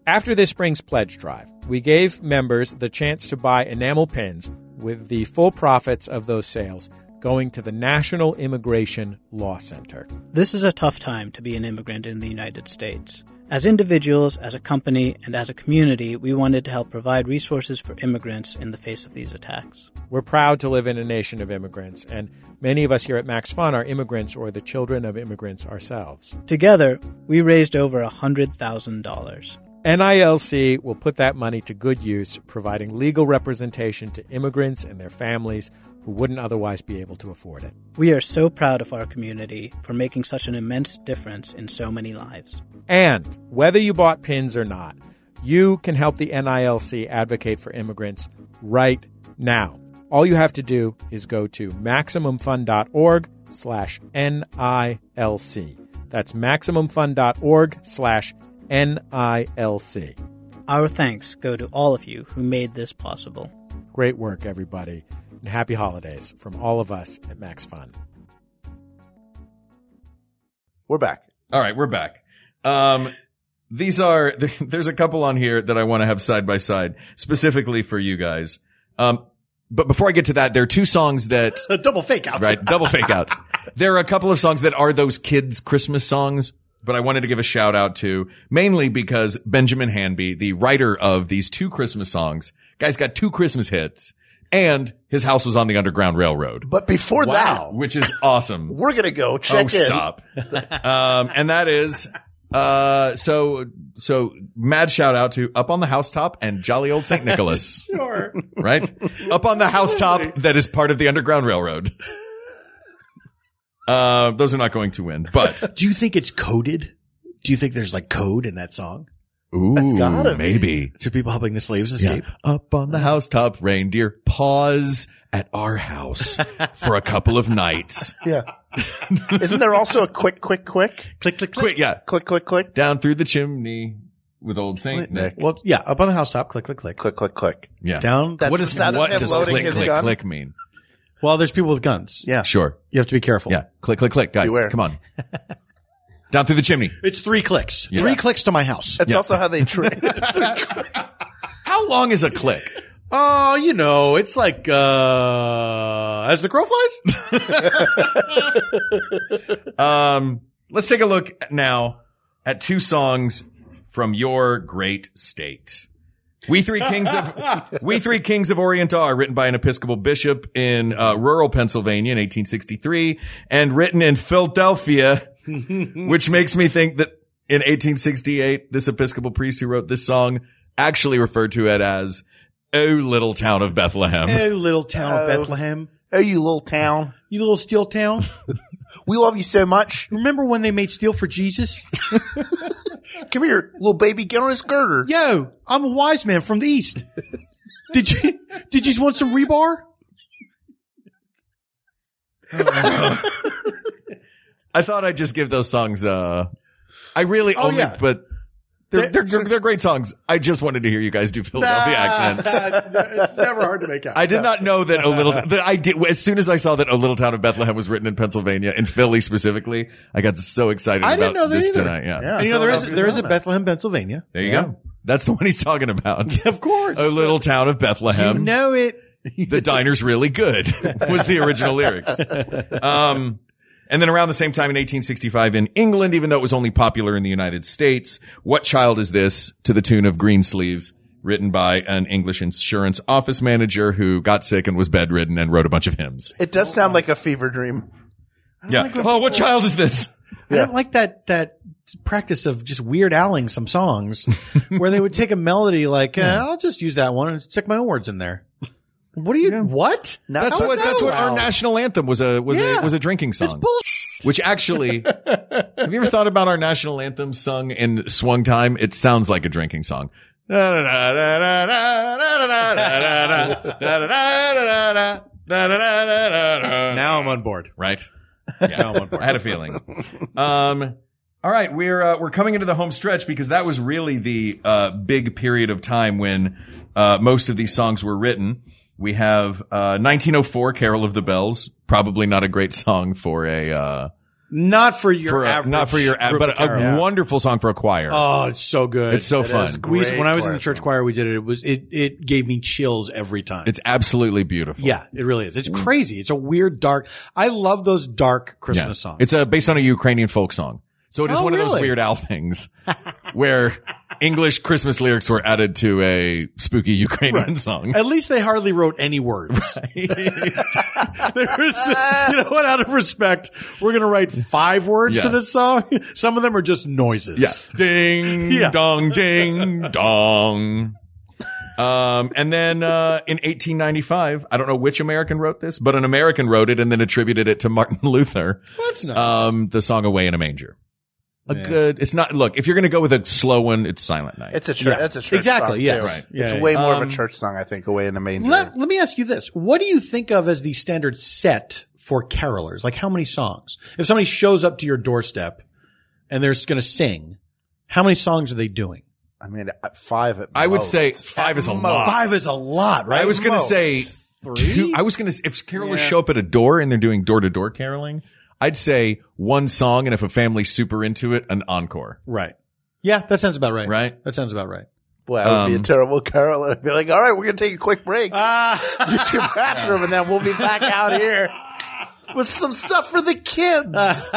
After this spring's pledge drive, we gave members the chance to buy enamel pins with the full profits of those sales going to the National Immigration Law Center. This is a tough time to be an immigrant in the United States. As individuals, as a company, and as a community, we wanted to help provide resources for immigrants in the face of these attacks. We're proud to live in a nation of immigrants, and many of us here at Max Fun are immigrants or the children of immigrants ourselves. Together, we raised over $100,000. NILC will put that money to good use, providing legal representation to immigrants and their families who wouldn't otherwise be able to afford it. We are so proud of our community for making such an immense difference in so many lives. And whether you bought pins or not, you can help the NILC advocate for immigrants right now. All you have to do is go to maximumfund.org slash NILC. That's maximumfund.org slash NILC. Our thanks go to all of you who made this possible. Great work, everybody, and happy holidays from all of us at Max Fun. We're back. All right, we're back. Um, these are there's a couple on here that I want to have side by side specifically for you guys. Um, but before I get to that, there are two songs that a double fake out, right? Double fake out. there are a couple of songs that are those kids' Christmas songs, but I wanted to give a shout out to mainly because Benjamin Hanby, the writer of these two Christmas songs, guy's got two Christmas hits. And his house was on the Underground Railroad. But before Wow, that, which is awesome. we're gonna go check oh, in. stop. um, and that is uh, so so mad shout out to Up on the Housetop and Jolly Old St. Nicholas. Sure. right? Up on the housetop that is part of the Underground Railroad. Uh, those are not going to win, but Do you think it's coded? Do you think there's like code in that song? ooh, gotta be. maybe. To people helping the slaves Yeah. escape? Up on the housetop, reindeer, pause at our house for a couple of nights. Yeah. Isn't there also a quick, quick, quick, Click, click, click. Quick, yeah. click, click, click, Down through the chimney with old Saint Nick. Well, yeah, up on the housetop, click, click, click. click, click, click? Yeah. Down. That's what the does sound of what him does loading click, his click, gun? click mean? well, there's people with guns. Yeah. Sure. You have to be careful. Yeah. Click, click, click, guys. Beware. Come on. Down through the chimney. It's three clicks. Three clicks to my house. That's also how they train. How long is a click? Oh, you know, it's like uh as the crow flies. Um, let's take a look now at two songs from your great state. We three kings of We Three Kings of Orient are written by an Episcopal bishop in uh, rural Pennsylvania in 1863 and written in Philadelphia, which makes me think that in 1868 this Episcopal priest who wrote this song actually referred to it as "Oh Little Town of Bethlehem." oh, little town of Oh. Bethlehem, oh, you little town. you little steel town. We love you so much. Remember when they made steel for Jesus? Come here, little baby. Get on his girder. Yo, I'm a wise man from the east. Did you did you want some rebar? I thought I'd just give those songs. Uh, I really Oh, only, yeah. but they're They're- they're, they're, great songs. I just wanted to hear you guys do Philadelphia accents. it's never hard to make out. I did not know that a little. That I did as soon as I saw that a little town of Bethlehem was written in Pennsylvania, in Philly specifically. I got so excited I didn't about know that this either. tonight. Yeah. And you know there is there is a Bethlehem, Pennsylvania. there you go. Oh, That's the one he's talking about. Of course. A little town of you Bethlehem. know it. the diner's really good was the original lyrics. Um, and then around the same time in 1865 in England, even though it was only popular in the United States, What Child Is This to the tune of Greensleeves, written by an English insurance office manager who got sick and was bedridden and wrote a bunch of hymns. It does sound like a fever dream. Yeah. oh, what child is this? I don't like that that practice of just weird alling some songs where they would take a melody like uh, I'll just use that one and stick my own words in there. What are you? What? No, that's what that's what our national anthem was a was Yeah. a was a drinking song. It's bullshit. Which actually, have you ever thought about our national anthem sung in swung time? It sounds like a drinking song. now I'm on board. Right. Yeah, I had a feeling. Um, all right, we're uh, we're coming into the home stretch because that was really the uh, big period of time when uh, most of these songs were written. We have uh, 1904, "Carol of the Bells," probably not a great song for a uh, Not for your for a- average. not for your a- group but of a characters. wonderful song for a choir. Oh, it's so good. It's so It fun. is We used- great when I was in choir the church choir, we did it. It was it it gave me chills every time. it's absolutely beautiful. yeah, it really is. It's Mm. crazy. It's a weird dark. I love those dark Christmas Yeah. songs. It's uh, based on a Ukrainian folk song. So it is Oh, one of those really? Weird Al things where English Christmas lyrics were added to a spooky Ukrainian song. At least they hardly wrote any words. There was- you know what? Out of respect, we're going to write five words Yeah. to this song. Some of them are just noises. Yeah. Ding Yeah. dong ding dong. Um, and then uh, in 1895, I don't know which American wrote this, but an American wrote it and then attributed it to Martin Luther. That's nice. Um, the song "Away in a Manger." A good. It's not. Look, if you're gonna go with a slow one, it's Silent Night. It's a church. Yeah. That's a church Exactly, song. yes. too. Right. it's Yeah, way yeah. more Um, of a church song, I think. Away in a manger. Let, let me ask you this. What do you think of as the standard set for carolers? Like how many songs? If somebody shows up to your doorstep and they're going to sing, how many songs are they doing? I mean, uh, five. At I would most. say five is a At lot. most. Five is a lot, right? I was gonna Most. say two- I was gonna s- if carolers show up at a door and they're doing door to door caroling, I'd say one song, and if a family's super into it, an encore. Right. Yeah, that sounds about right. Right. That sounds about right. Boy, I would be a Um, terrible caroler. I'd be like, all right, we're going to take a quick break. Use your bathroom, and then we'll be back out here with some stuff for the kids.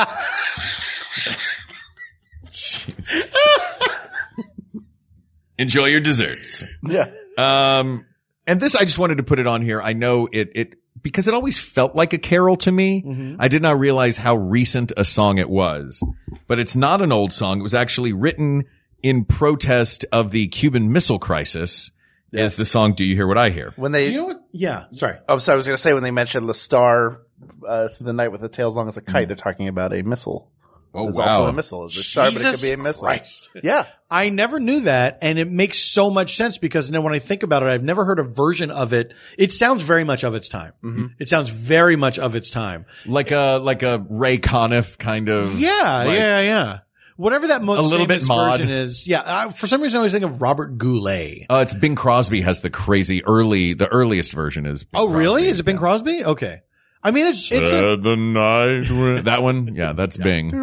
Enjoy your desserts. yeah. Um, and this, I just wanted to put it on here. I know it, it, because it always felt like a carol to me. Mm-hmm. I did not realize how recent a song it was, but it's not an old song. It was actually written in protest of the Cuban Missile Crisis is the song Do You Hear What I Hear? When they, Yeah. Sorry. oh, sorry, I was going to say when they mentioned the star uh, through the night with the tail as long as a kite, they're talking about a missile. Oh, There's wow. also a missile. It's a star, but it could Jesus be a missile. Christ. Yeah. I never knew that, and it makes so much sense because now when I think about it, I've never heard a version of it. It sounds very much of its time. Mm-hmm. It sounds very much of its time. Like a, like a Ray Conniff kind of. Yeah, Mm-hmm. like- yeah, yeah. Whatever that most A little bit famous mod. version is, yeah. I, for some reason, I always think of Robert Goulet. Uh, it's Bing Crosby has the crazy early, the earliest version is. Bing oh, really? Crosby. Uh, Is it Bing Crosby? Okay. I mean, it's it's. A, Said the night when- that one, yeah, that's Bing.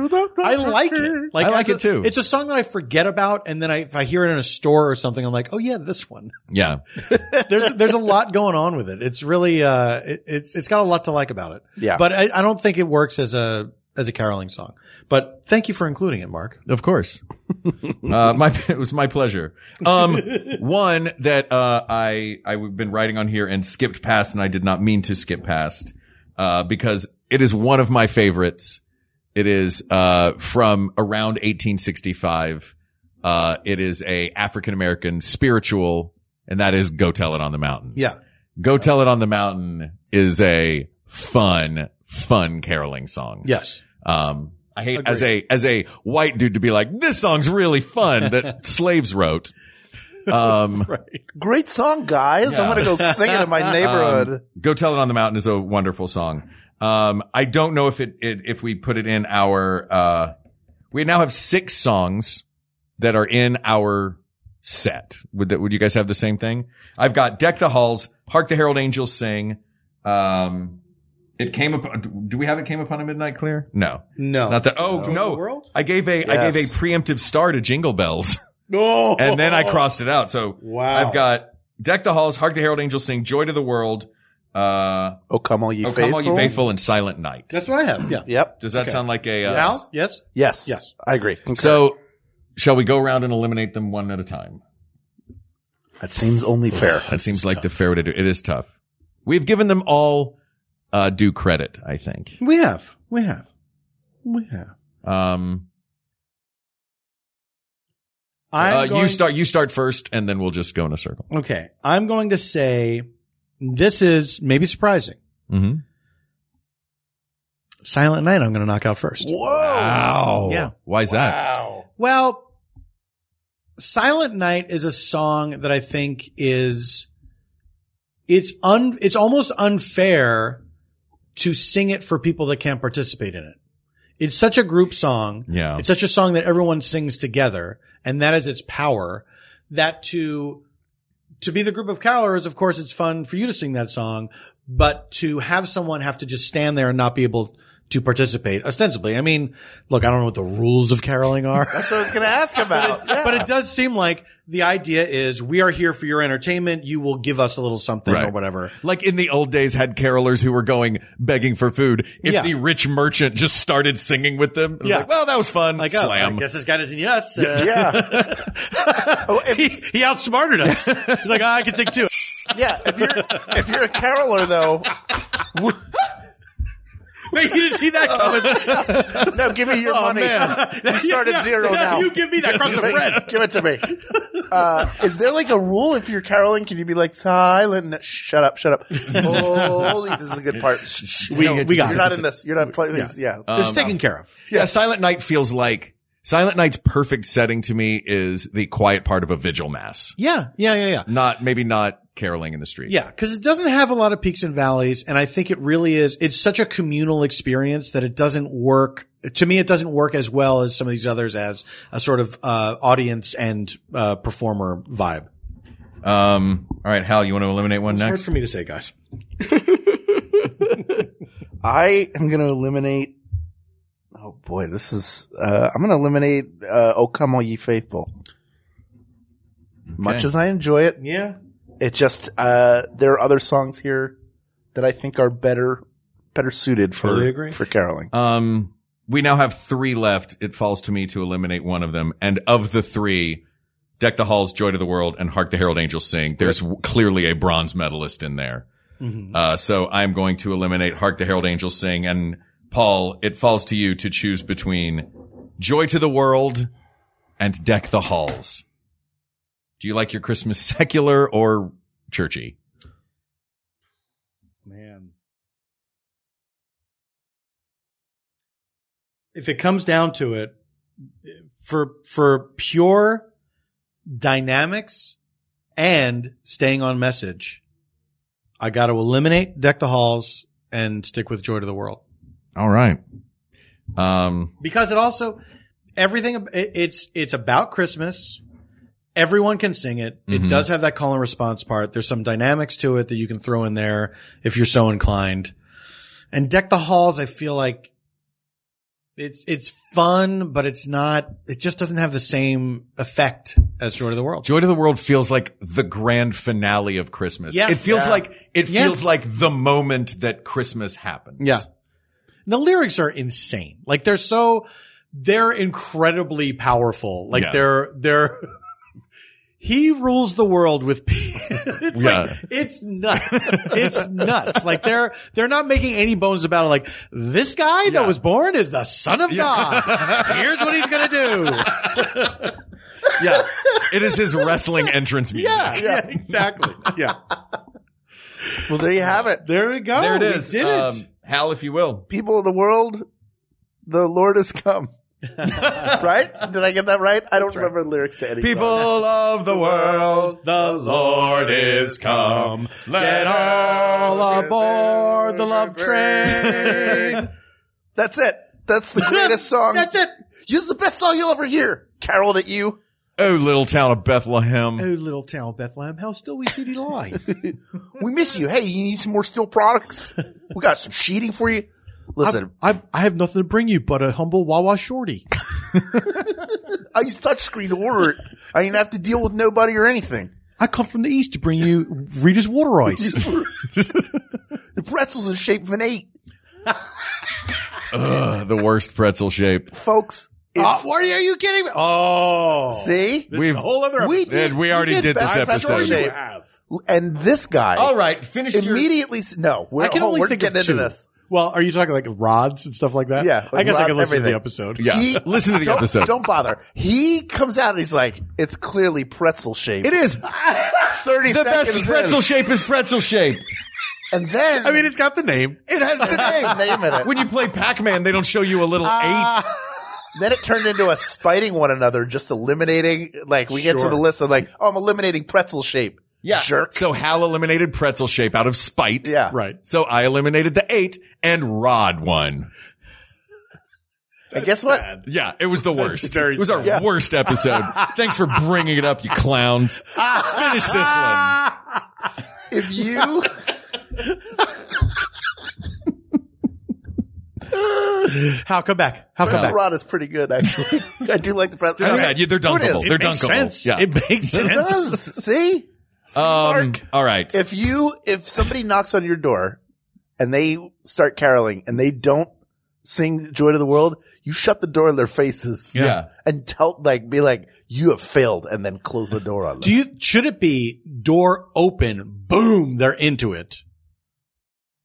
I like it. Like I like as it a- too. It's a song that I forget about, and then I, if I hear it in a store or something, I'm like, oh yeah, this one. Yeah, there's there's a lot going on with it. It's really uh, it, it's it's got a lot to like about it. Yeah. but I, I don't think it works as a as a caroling song. But thank you for including it, Mark. Of course. uh, my it was my pleasure. Um, one that uh, I I've been writing on here and skipped past, and I did not mean to skip past uh, because it is one of my favorites. It is uh, from around 1865. Uh, it is a African American spiritual, and that is "Go Tell It on the Mountain." Yeah, "Go Tell It on the Mountain" is a fun, fun caroling song. yes, Um, I hate as a as a white dude to be like this song's really fun that slaves wrote. Um, Great song, guys. Yeah. I'm going to go sing it in my neighborhood. um, Go tell it on the mountain is a wonderful song. Um, I don't know if it, it if we put it in our uh, we now have six songs that are in our set. Would that would you guys have the same thing? I've got deck the halls, hark the herald angels sing. Um, it came upon. Do we have it came upon a midnight clear? No, no, not that. Oh Joy of no, the world? I gave a I Yes. gave a preemptive star to Jingle Bells, no, and then I crossed it out. So Wow. I've got Deck the Halls, Hark the Herald Angels Sing, Joy to the World, uh, oh, come all you Oh faithful. Come All You Faithful, and Silent Night. That's what I have. Yeah. Yep. Does that sound like a? Uh, Al, yes, Yes. yes. I agree. So shall we go around and eliminate them one at a time? that seems only fair. That seems like the fair way to do. It is tough. We've given them all uh, due credit, I think. We have, we have, we have. Um, I'm uh, you going- Uh, uh, start. You start first, and then we'll just go in a circle. Okay, I'm going to say This is maybe surprising. Mm-hmm. Silent Night, I'm going to knock out first. Whoa. Wow. Yeah. Why is that? Wow. Well, Silent Night is a song that I think is it's un it's almost unfair to sing it for people that can't participate in it. It's such a group song. Yeah. It's such a song that everyone sings together, and that is its power. That to to be the group of carolers, of course, it's fun for you to sing that song, but to have someone have to just stand there and not be able to participate, ostensibly. I mean, look, I don't know what the rules of caroling are. That's what I was going to ask about. Yeah. But it does seem like the idea is we are here for your entertainment. You will give us a little something or Right. whatever. Like in the old days, had carolers who were going begging for food. If Yeah. the rich merchant just started singing with them, it was Yeah. like, well, that was fun. Like, oh, Slam. I guess this guy doesn't need us. Uh, Yeah. he, he outsmarted us. He's like, "Ah, I can sing too. yeah. If you're if you're a caroler though, Wait, you didn't see that coming. no, give me your money. We start at zero now. You give me that crust of bread. Give it to me. Uh, is there like a rule if you're caroling? Can you be like silent? No, Shut up! Shut up! Holy, this is a good part. We- No, we got You're it. not in this. You're not playing this. Yeah. Uh, It's taken care of. Yeah, Silent Night feels like Silent Night's perfect setting to me is the quiet part of a vigil mass. Yeah, yeah, yeah, yeah. Not maybe not caroling in the street. Yeah, because it doesn't have a lot of peaks and valleys, and I think it really is. It's such a communal experience that it doesn't work. To me, it doesn't work as well as some of these others as a sort of uh, audience and uh, performer vibe. Um. All right, Hal, you want to eliminate one Hard next? for me to say, guys. I am going to eliminate. Oh boy, this is. Uh, I'm going to eliminate. Uh, oh come, all ye faithful. Much Okay. as I enjoy it, Yeah, it just uh, there are other songs here that I think are better, better suited for Totally agree. for caroling. Um. We now have three left. It falls to me to eliminate one of them, and of the three, Deck the Halls, Joy to the World, and Hark the Herald Angels Sing. There's w- clearly a bronze medalist in there. Uh, so I'm going to eliminate Hark the Herald Angels Sing. And Paul, it falls to you to choose between Joy to the World and Deck the Halls. Do you like your Christmas secular or churchy? Man. If it comes down to it, for for pure dynamics and staying on message, I got to eliminate deck the halls and stick with joy to the world All right. Um, because it also everything ab- it- it's it's about Christmas. Everyone can sing it. It Mhm. does have that call and response part. There's some dynamics to it that you can throw in there if you're so inclined. And deck the halls, I feel like it's it's fun, but it's not. It just doesn't have the same effect as Joy to the World. Joy to the World feels like the grand finale of Christmas. Yeah. It feels Yeah. like, it Yeah. feels like the moment that Christmas happens. Yeah. And the lyrics are insane. Like they're so they're incredibly powerful. Like Yeah. they're they're he rules the world with p- it's Yeah. like it's nuts. it's nuts. Like they're they're not making any bones about it like this guy that was born is the son of God. Here's what he's going to do. Yeah. it is his wrestling entrance music. Yeah, yeah, exactly. Yeah. Well, there you have it. There we go. Oh, There it We is. did it. Um, Hal, if you will. people of the world, the Lord has come. right? Did I get that right? I don't remember lyrics to any People song. of the world, the Uh, Lord is come. Let all aboard the love train. That's it. That's the greatest song. That's it. This is the best song you'll ever hear. Caroled at you. oh, little town of Bethlehem. Oh, little town Bethlehem, how still we see thee lie. We miss you. Hey, you need some more steel products? We got some sheeting for you. Listen, I, I have nothing to bring you but a humble Wawa shorty. I use touchscreen to order it. I didn't have to deal with nobody or anything. I come from the east to bring you Rita's water ice. The pretzel's in shape of an eight. Ugh, the worst pretzel shape. Folks, if, oh, why are you kidding me? Oh, see? We've, other We did, we already did did, this best pretzel episode. shape. have. And this guy. All right, finish your. immediately s no we're, I can hold- only Oh, we're think of getting into two. this Well, are you talking like rods and stuff like that? Yeah, I like guess I rod- can listen to the everything. episode. He- don't- Don't bother. He comes out and he's like, "It's clearly pretzel shape." It is. Thirty The seconds. best pretzel in. shape is pretzel shape. And then I mean, it's got the name. It has the name. name in it. When you play Pac-Man, they don't show you a little eight. Then it turned into us spiting one another, just eliminating. Like we get to Sure. the list of like, "Oh, I'm eliminating pretzel shape." Yeah. jerk. So Hal eliminated pretzel shape out of spite. Yeah. Right. So I eliminated the eight and Rod won. And guess what? Yeah, it was the That's worst. very It was our sad. Yeah. worst episode. Thanks for bringing it up, you clowns. Finish this one. If you How come back? How come pretzel back? rod is pretty good, actually. I do like the pretzel. They're bad. Yeah, they're Who it is? dunkable. They're It makes dunkable. sense. Yeah. It makes It sense. does. See? See, Um, Mark? all right. If you, if somebody knocks on your door and they start caroling and they don't sing Joy to the World, you shut the door in their faces. Yeah. And tell, like, be like, you have failed and then close the door on them. Do you should it be door open? Boom, they're into it.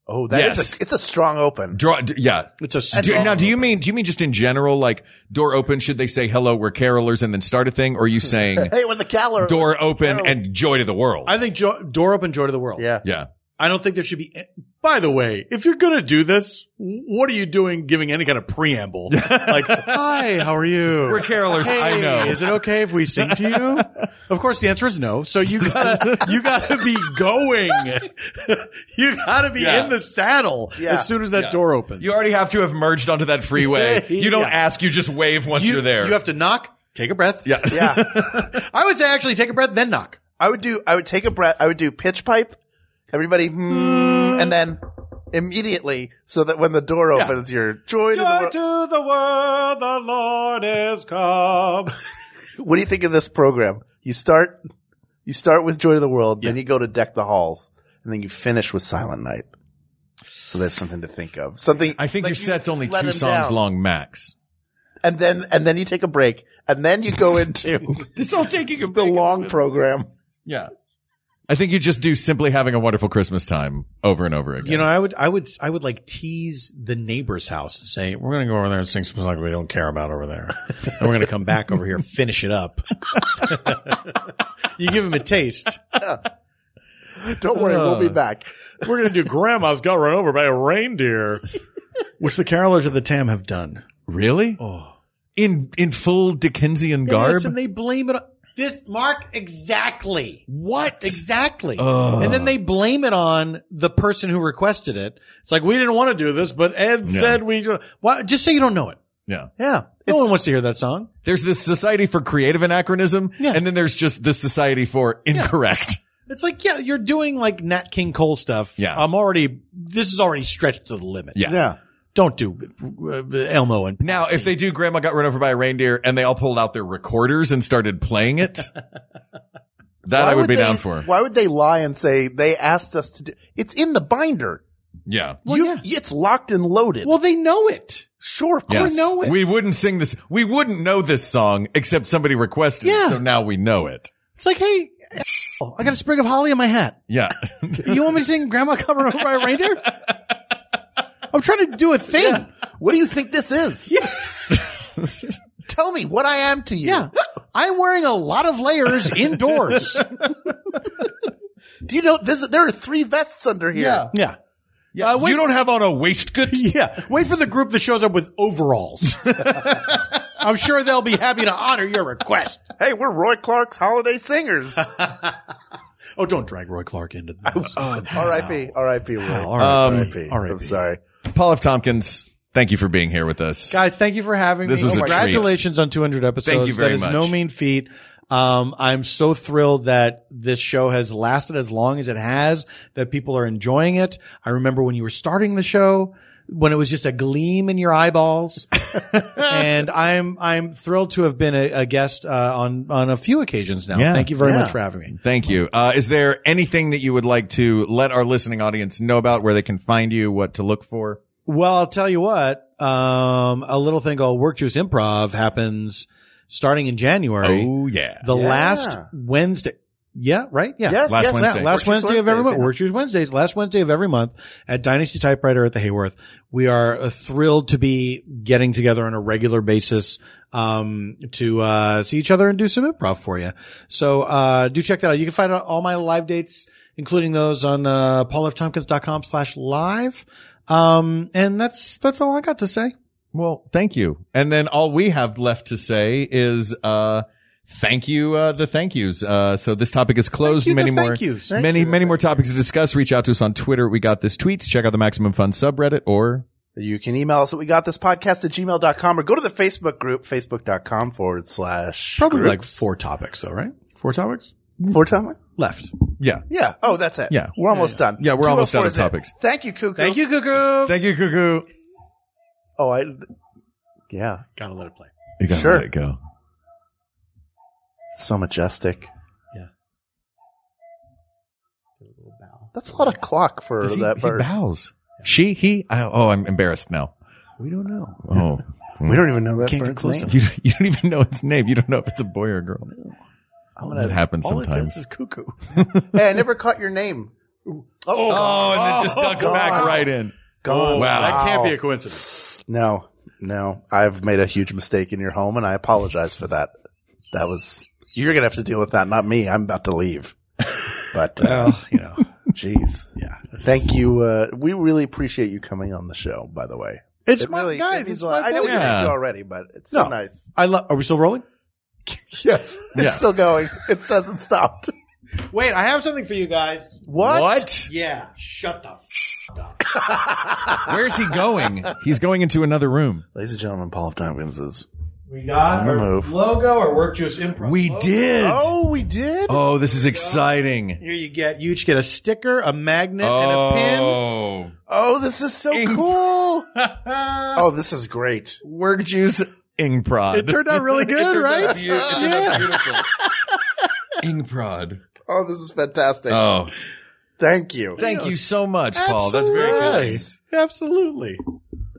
oh, that is Yes. a, it's a strong open. Draw. d- Yeah. It's a Do, strong now, do you mean do you mean just in general, like door open? Should they say hello? We're carolers and then start a thing, or are you saying Hey, when the caller. door open and joy to the world? I think jo- door open, joy to the world. Yeah. yeah. I don't think there should be. By the way, if you're gonna do this, what are you doing? Giving any kind of preamble? like, hi, how are you? We're carolers. Hey, I know. Is it okay if we sing to you? of course, the answer is no. So you gotta, you gotta be going. you gotta be Yeah. in the saddle Yeah. as soon as that Yeah. door opens. You already have to have merged onto that freeway. You don't Yeah. ask, you just wave once you, are there. You have to knock, take a breath. yeah. Yeah. I would say actually take a breath, then knock. I would do, I would take a breath. I would do pitch pipe. Everybody, hmm, and then immediately so that when the door opens, you're joy to the world. to the world, the Lord is come. what do you think of this program? You start, you start with Joy to the World, then you go to Deck the Halls, and then you finish with Silent Night. So there's something to think of. Something I think like your you set's only let two him songs down. long max. and then and then you take a break, and then you go into It's all taking a the long program. Yeah. I think you just do simply having a wonderful Christmas time over and over again. You know, I would, I would, I would like tease the neighbor's house and say, "We're going to go over there and sing some songs we don't care about over there, and we're going to come back over here, finish it up." you give him a taste. Don't worry, we'll Uh, be back. We're going to do "Grandma's Got Run Over by a Reindeer," which the carolers of the Tam have done. really? Oh, In in full Dickensian garb? yes, and they blame it. On, this Mark exactly. what? Exactly. Ugh. And then they blame it on the person who requested it. It's like, we didn't want to do this, but Ed said we, why, just say you don't know it. Yeah. Yeah. No one wants to hear that song. There's this Society for Creative Anachronism, Yeah. and then there's just this Society for Incorrect. It's like, yeah, you're doing like Nat King Cole stuff. Yeah. I'm already, this is already stretched to the limit. Yeah. Don't do uh, Elmo and Now, if they do Grandma Got Run Over by a Reindeer and they all pulled out their recorders and started playing it, that I would, be they, down for. Why would they lie and say they asked us to do? It's in the binder. Yeah. you, It's locked and loaded. Well, they know it. sure, of Yes. course. know it. We wouldn't sing this. We wouldn't know this song except somebody requested Yeah. it. So now we know it. It's like, hey, I got a sprig of holly in my hat. Yeah. You want me to sing Grandma Got Run Over by a Reindeer? I'm trying to do a thing. What do you think this is? Yeah. Tell me what I am to you. Yeah. I'm wearing a lot of layers indoors. Do you know this? There are three vests under here. Yeah. yeah. yeah. wait- you don't have on a waistcoat. Yeah. Wait for the group that shows up with overalls. I'm sure they'll be happy to honor your request. Hey, we're Roy Clark's holiday singers. Oh, don't drag Roy Clark into this. R.I.P. R.I.P. Roy. Uh, All right. R.I.P. I'm sorry. Um, Paul F. Tompkins, thank you for being here with us. Guys, thank you for having This me. was a treat. Congratulations on 200 episodes. Thank you very That is much. no mean feat. Um, I'm so thrilled that this show has lasted as long as it has, that people are enjoying it. I remember when you were starting the show, when it was just a gleam in your eyeballs. and I'm, I'm thrilled to have been a, a guest, uh, on, on a few occasions now. Yeah. Thank you very Yeah. much for having me. Thank you. Uh, is there anything that you would like to let our listening audience know about where they can find you, what to look for? Well, I'll tell you what. Um, a little thing called Work Juice Improv happens starting in January. Oh, yeah. The Yeah. last Wednesday, Yeah, right? Yeah. Yes, last yes, Wednesday. yes. Last Work Choose Wednesday of every Wednesdays, month. yeah. Work Choose Wednesdays. Last Wednesday of every month at Dynasty Typewriter at the Hayworth. We are uh, thrilled to be getting together on a regular basis um, to uh, see each other and do some improv for you. So uh, do check that out. You can find out all my live dates, including those on uh, paulftompkins.com slash live. Um, and that's, that's all I got to say. Well, thank you. And then all we have left to say is uh thank you uh the thank yous. Uh so this topic is closed. Thank you, many the more thank yous. Thank many you, the many more topics to discuss. Reach out to us on Twitter. We got this tweets. Check out the Maximum Fun subreddit or You can email us at we got this podcast at gmail.com or go to the Facebook group, facebook.com forward slash. Probably groups. like four topics though, right? Four topics? Four topics? Left. Yeah. Yeah. Oh, that's it. Yeah. We're almost done. Yeah, we're almost 204 out of is it. topics. Thank you, Cuckoo. Thank you, Cuckoo. Thank you, Cuckoo. Oh, I, yeah. Gotta let it play. You gotta Sure. let it go. So majestic. Yeah. That's a lot of clock for Does he- that he bird. bows. She, he, I, oh, I'm embarrassed now. We don't know. Oh. We don't even know that Can't get bird's close name. You, you don't even know its name. You don't know if it's a boy or a girl. I'm It happens all it sometimes. says is cuckoo. hey, I never caught your name. Oh, Oh, and then just ducks back right in. Oh, Gone. Wow. That can't be a Wow. coincidence. No, no. I've made a huge mistake in your home, and I apologize for that. That was you're gonna have to deal with that, not me. I'm about to leave. But uh, Well, you know, jeez, yeah. thank you. Uh, we really appreciate you coming on the show. By the way, It's It my really- guys. it means it's a lot. my I know we podcast. thanked you Yeah. already, but it's so No. nice. I love. Are we still rolling? Yes, it's Yeah. still going. It hasn't stopped. Wait, I have something for you guys. What? What? Yeah, shut the. F- Where's he going? He's going into another room. Ladies and gentlemen, Paul of Tompkins is. we got On the our move. logo or work juice improv. We logo. did. Oh, we did. Oh, this is exciting. Here you get. You each get a sticker, a magnet, Oh. Oh, this is so cool. oh, this is great. Work juice Ingprod. It turned out really It good, turned out right? beau- it turned out beautiful. Ingprod. Oh, this is fantastic. Oh. Thank you. Thank you so much, and a pin. Paul. That's very good. good. Absolutely.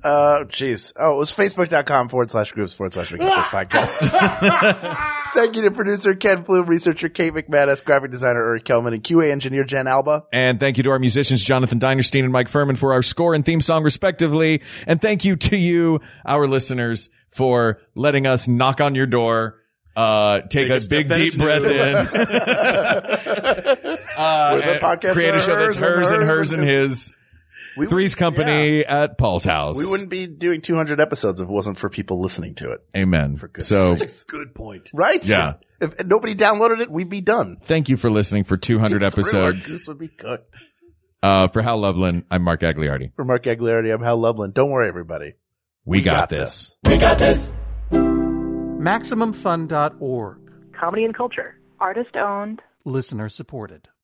Uh, jeez. Oh, it was facebook.com forward slash groups forward slash we got this podcast. Thank you to producer Ken Bloom, researcher Kate McManus, graphic designer Eric Kelman, and QA engineer Jen Alba. And thank you to our musicians, Jonathan Dinerstein and Mike Furman for our score and theme song respectively. And thank you to you, our listeners, for letting us knock on your door, uh, take, Take a a, step big that deep is breath new. in. uh, Where the podcasts create a are show that's hers and hers and his. We would- Three's Company at Paul's yeah. house. We wouldn't be doing 200 episodes if it wasn't for people listening to it. Amen. goodness So That's a good point. Right? Yeah. If nobody downloaded it, we'd be done. thank you for listening for 200 episodes. This would be cooked. Uh, for Hal Loveland, I'm Mark Agliardi. For Mark Aguilarity, I'm Hal Loveland. Don't worry, everybody. We, got, this. We got this. MaximumFun.org. Comedy and culture. Artist owned. Listener supported.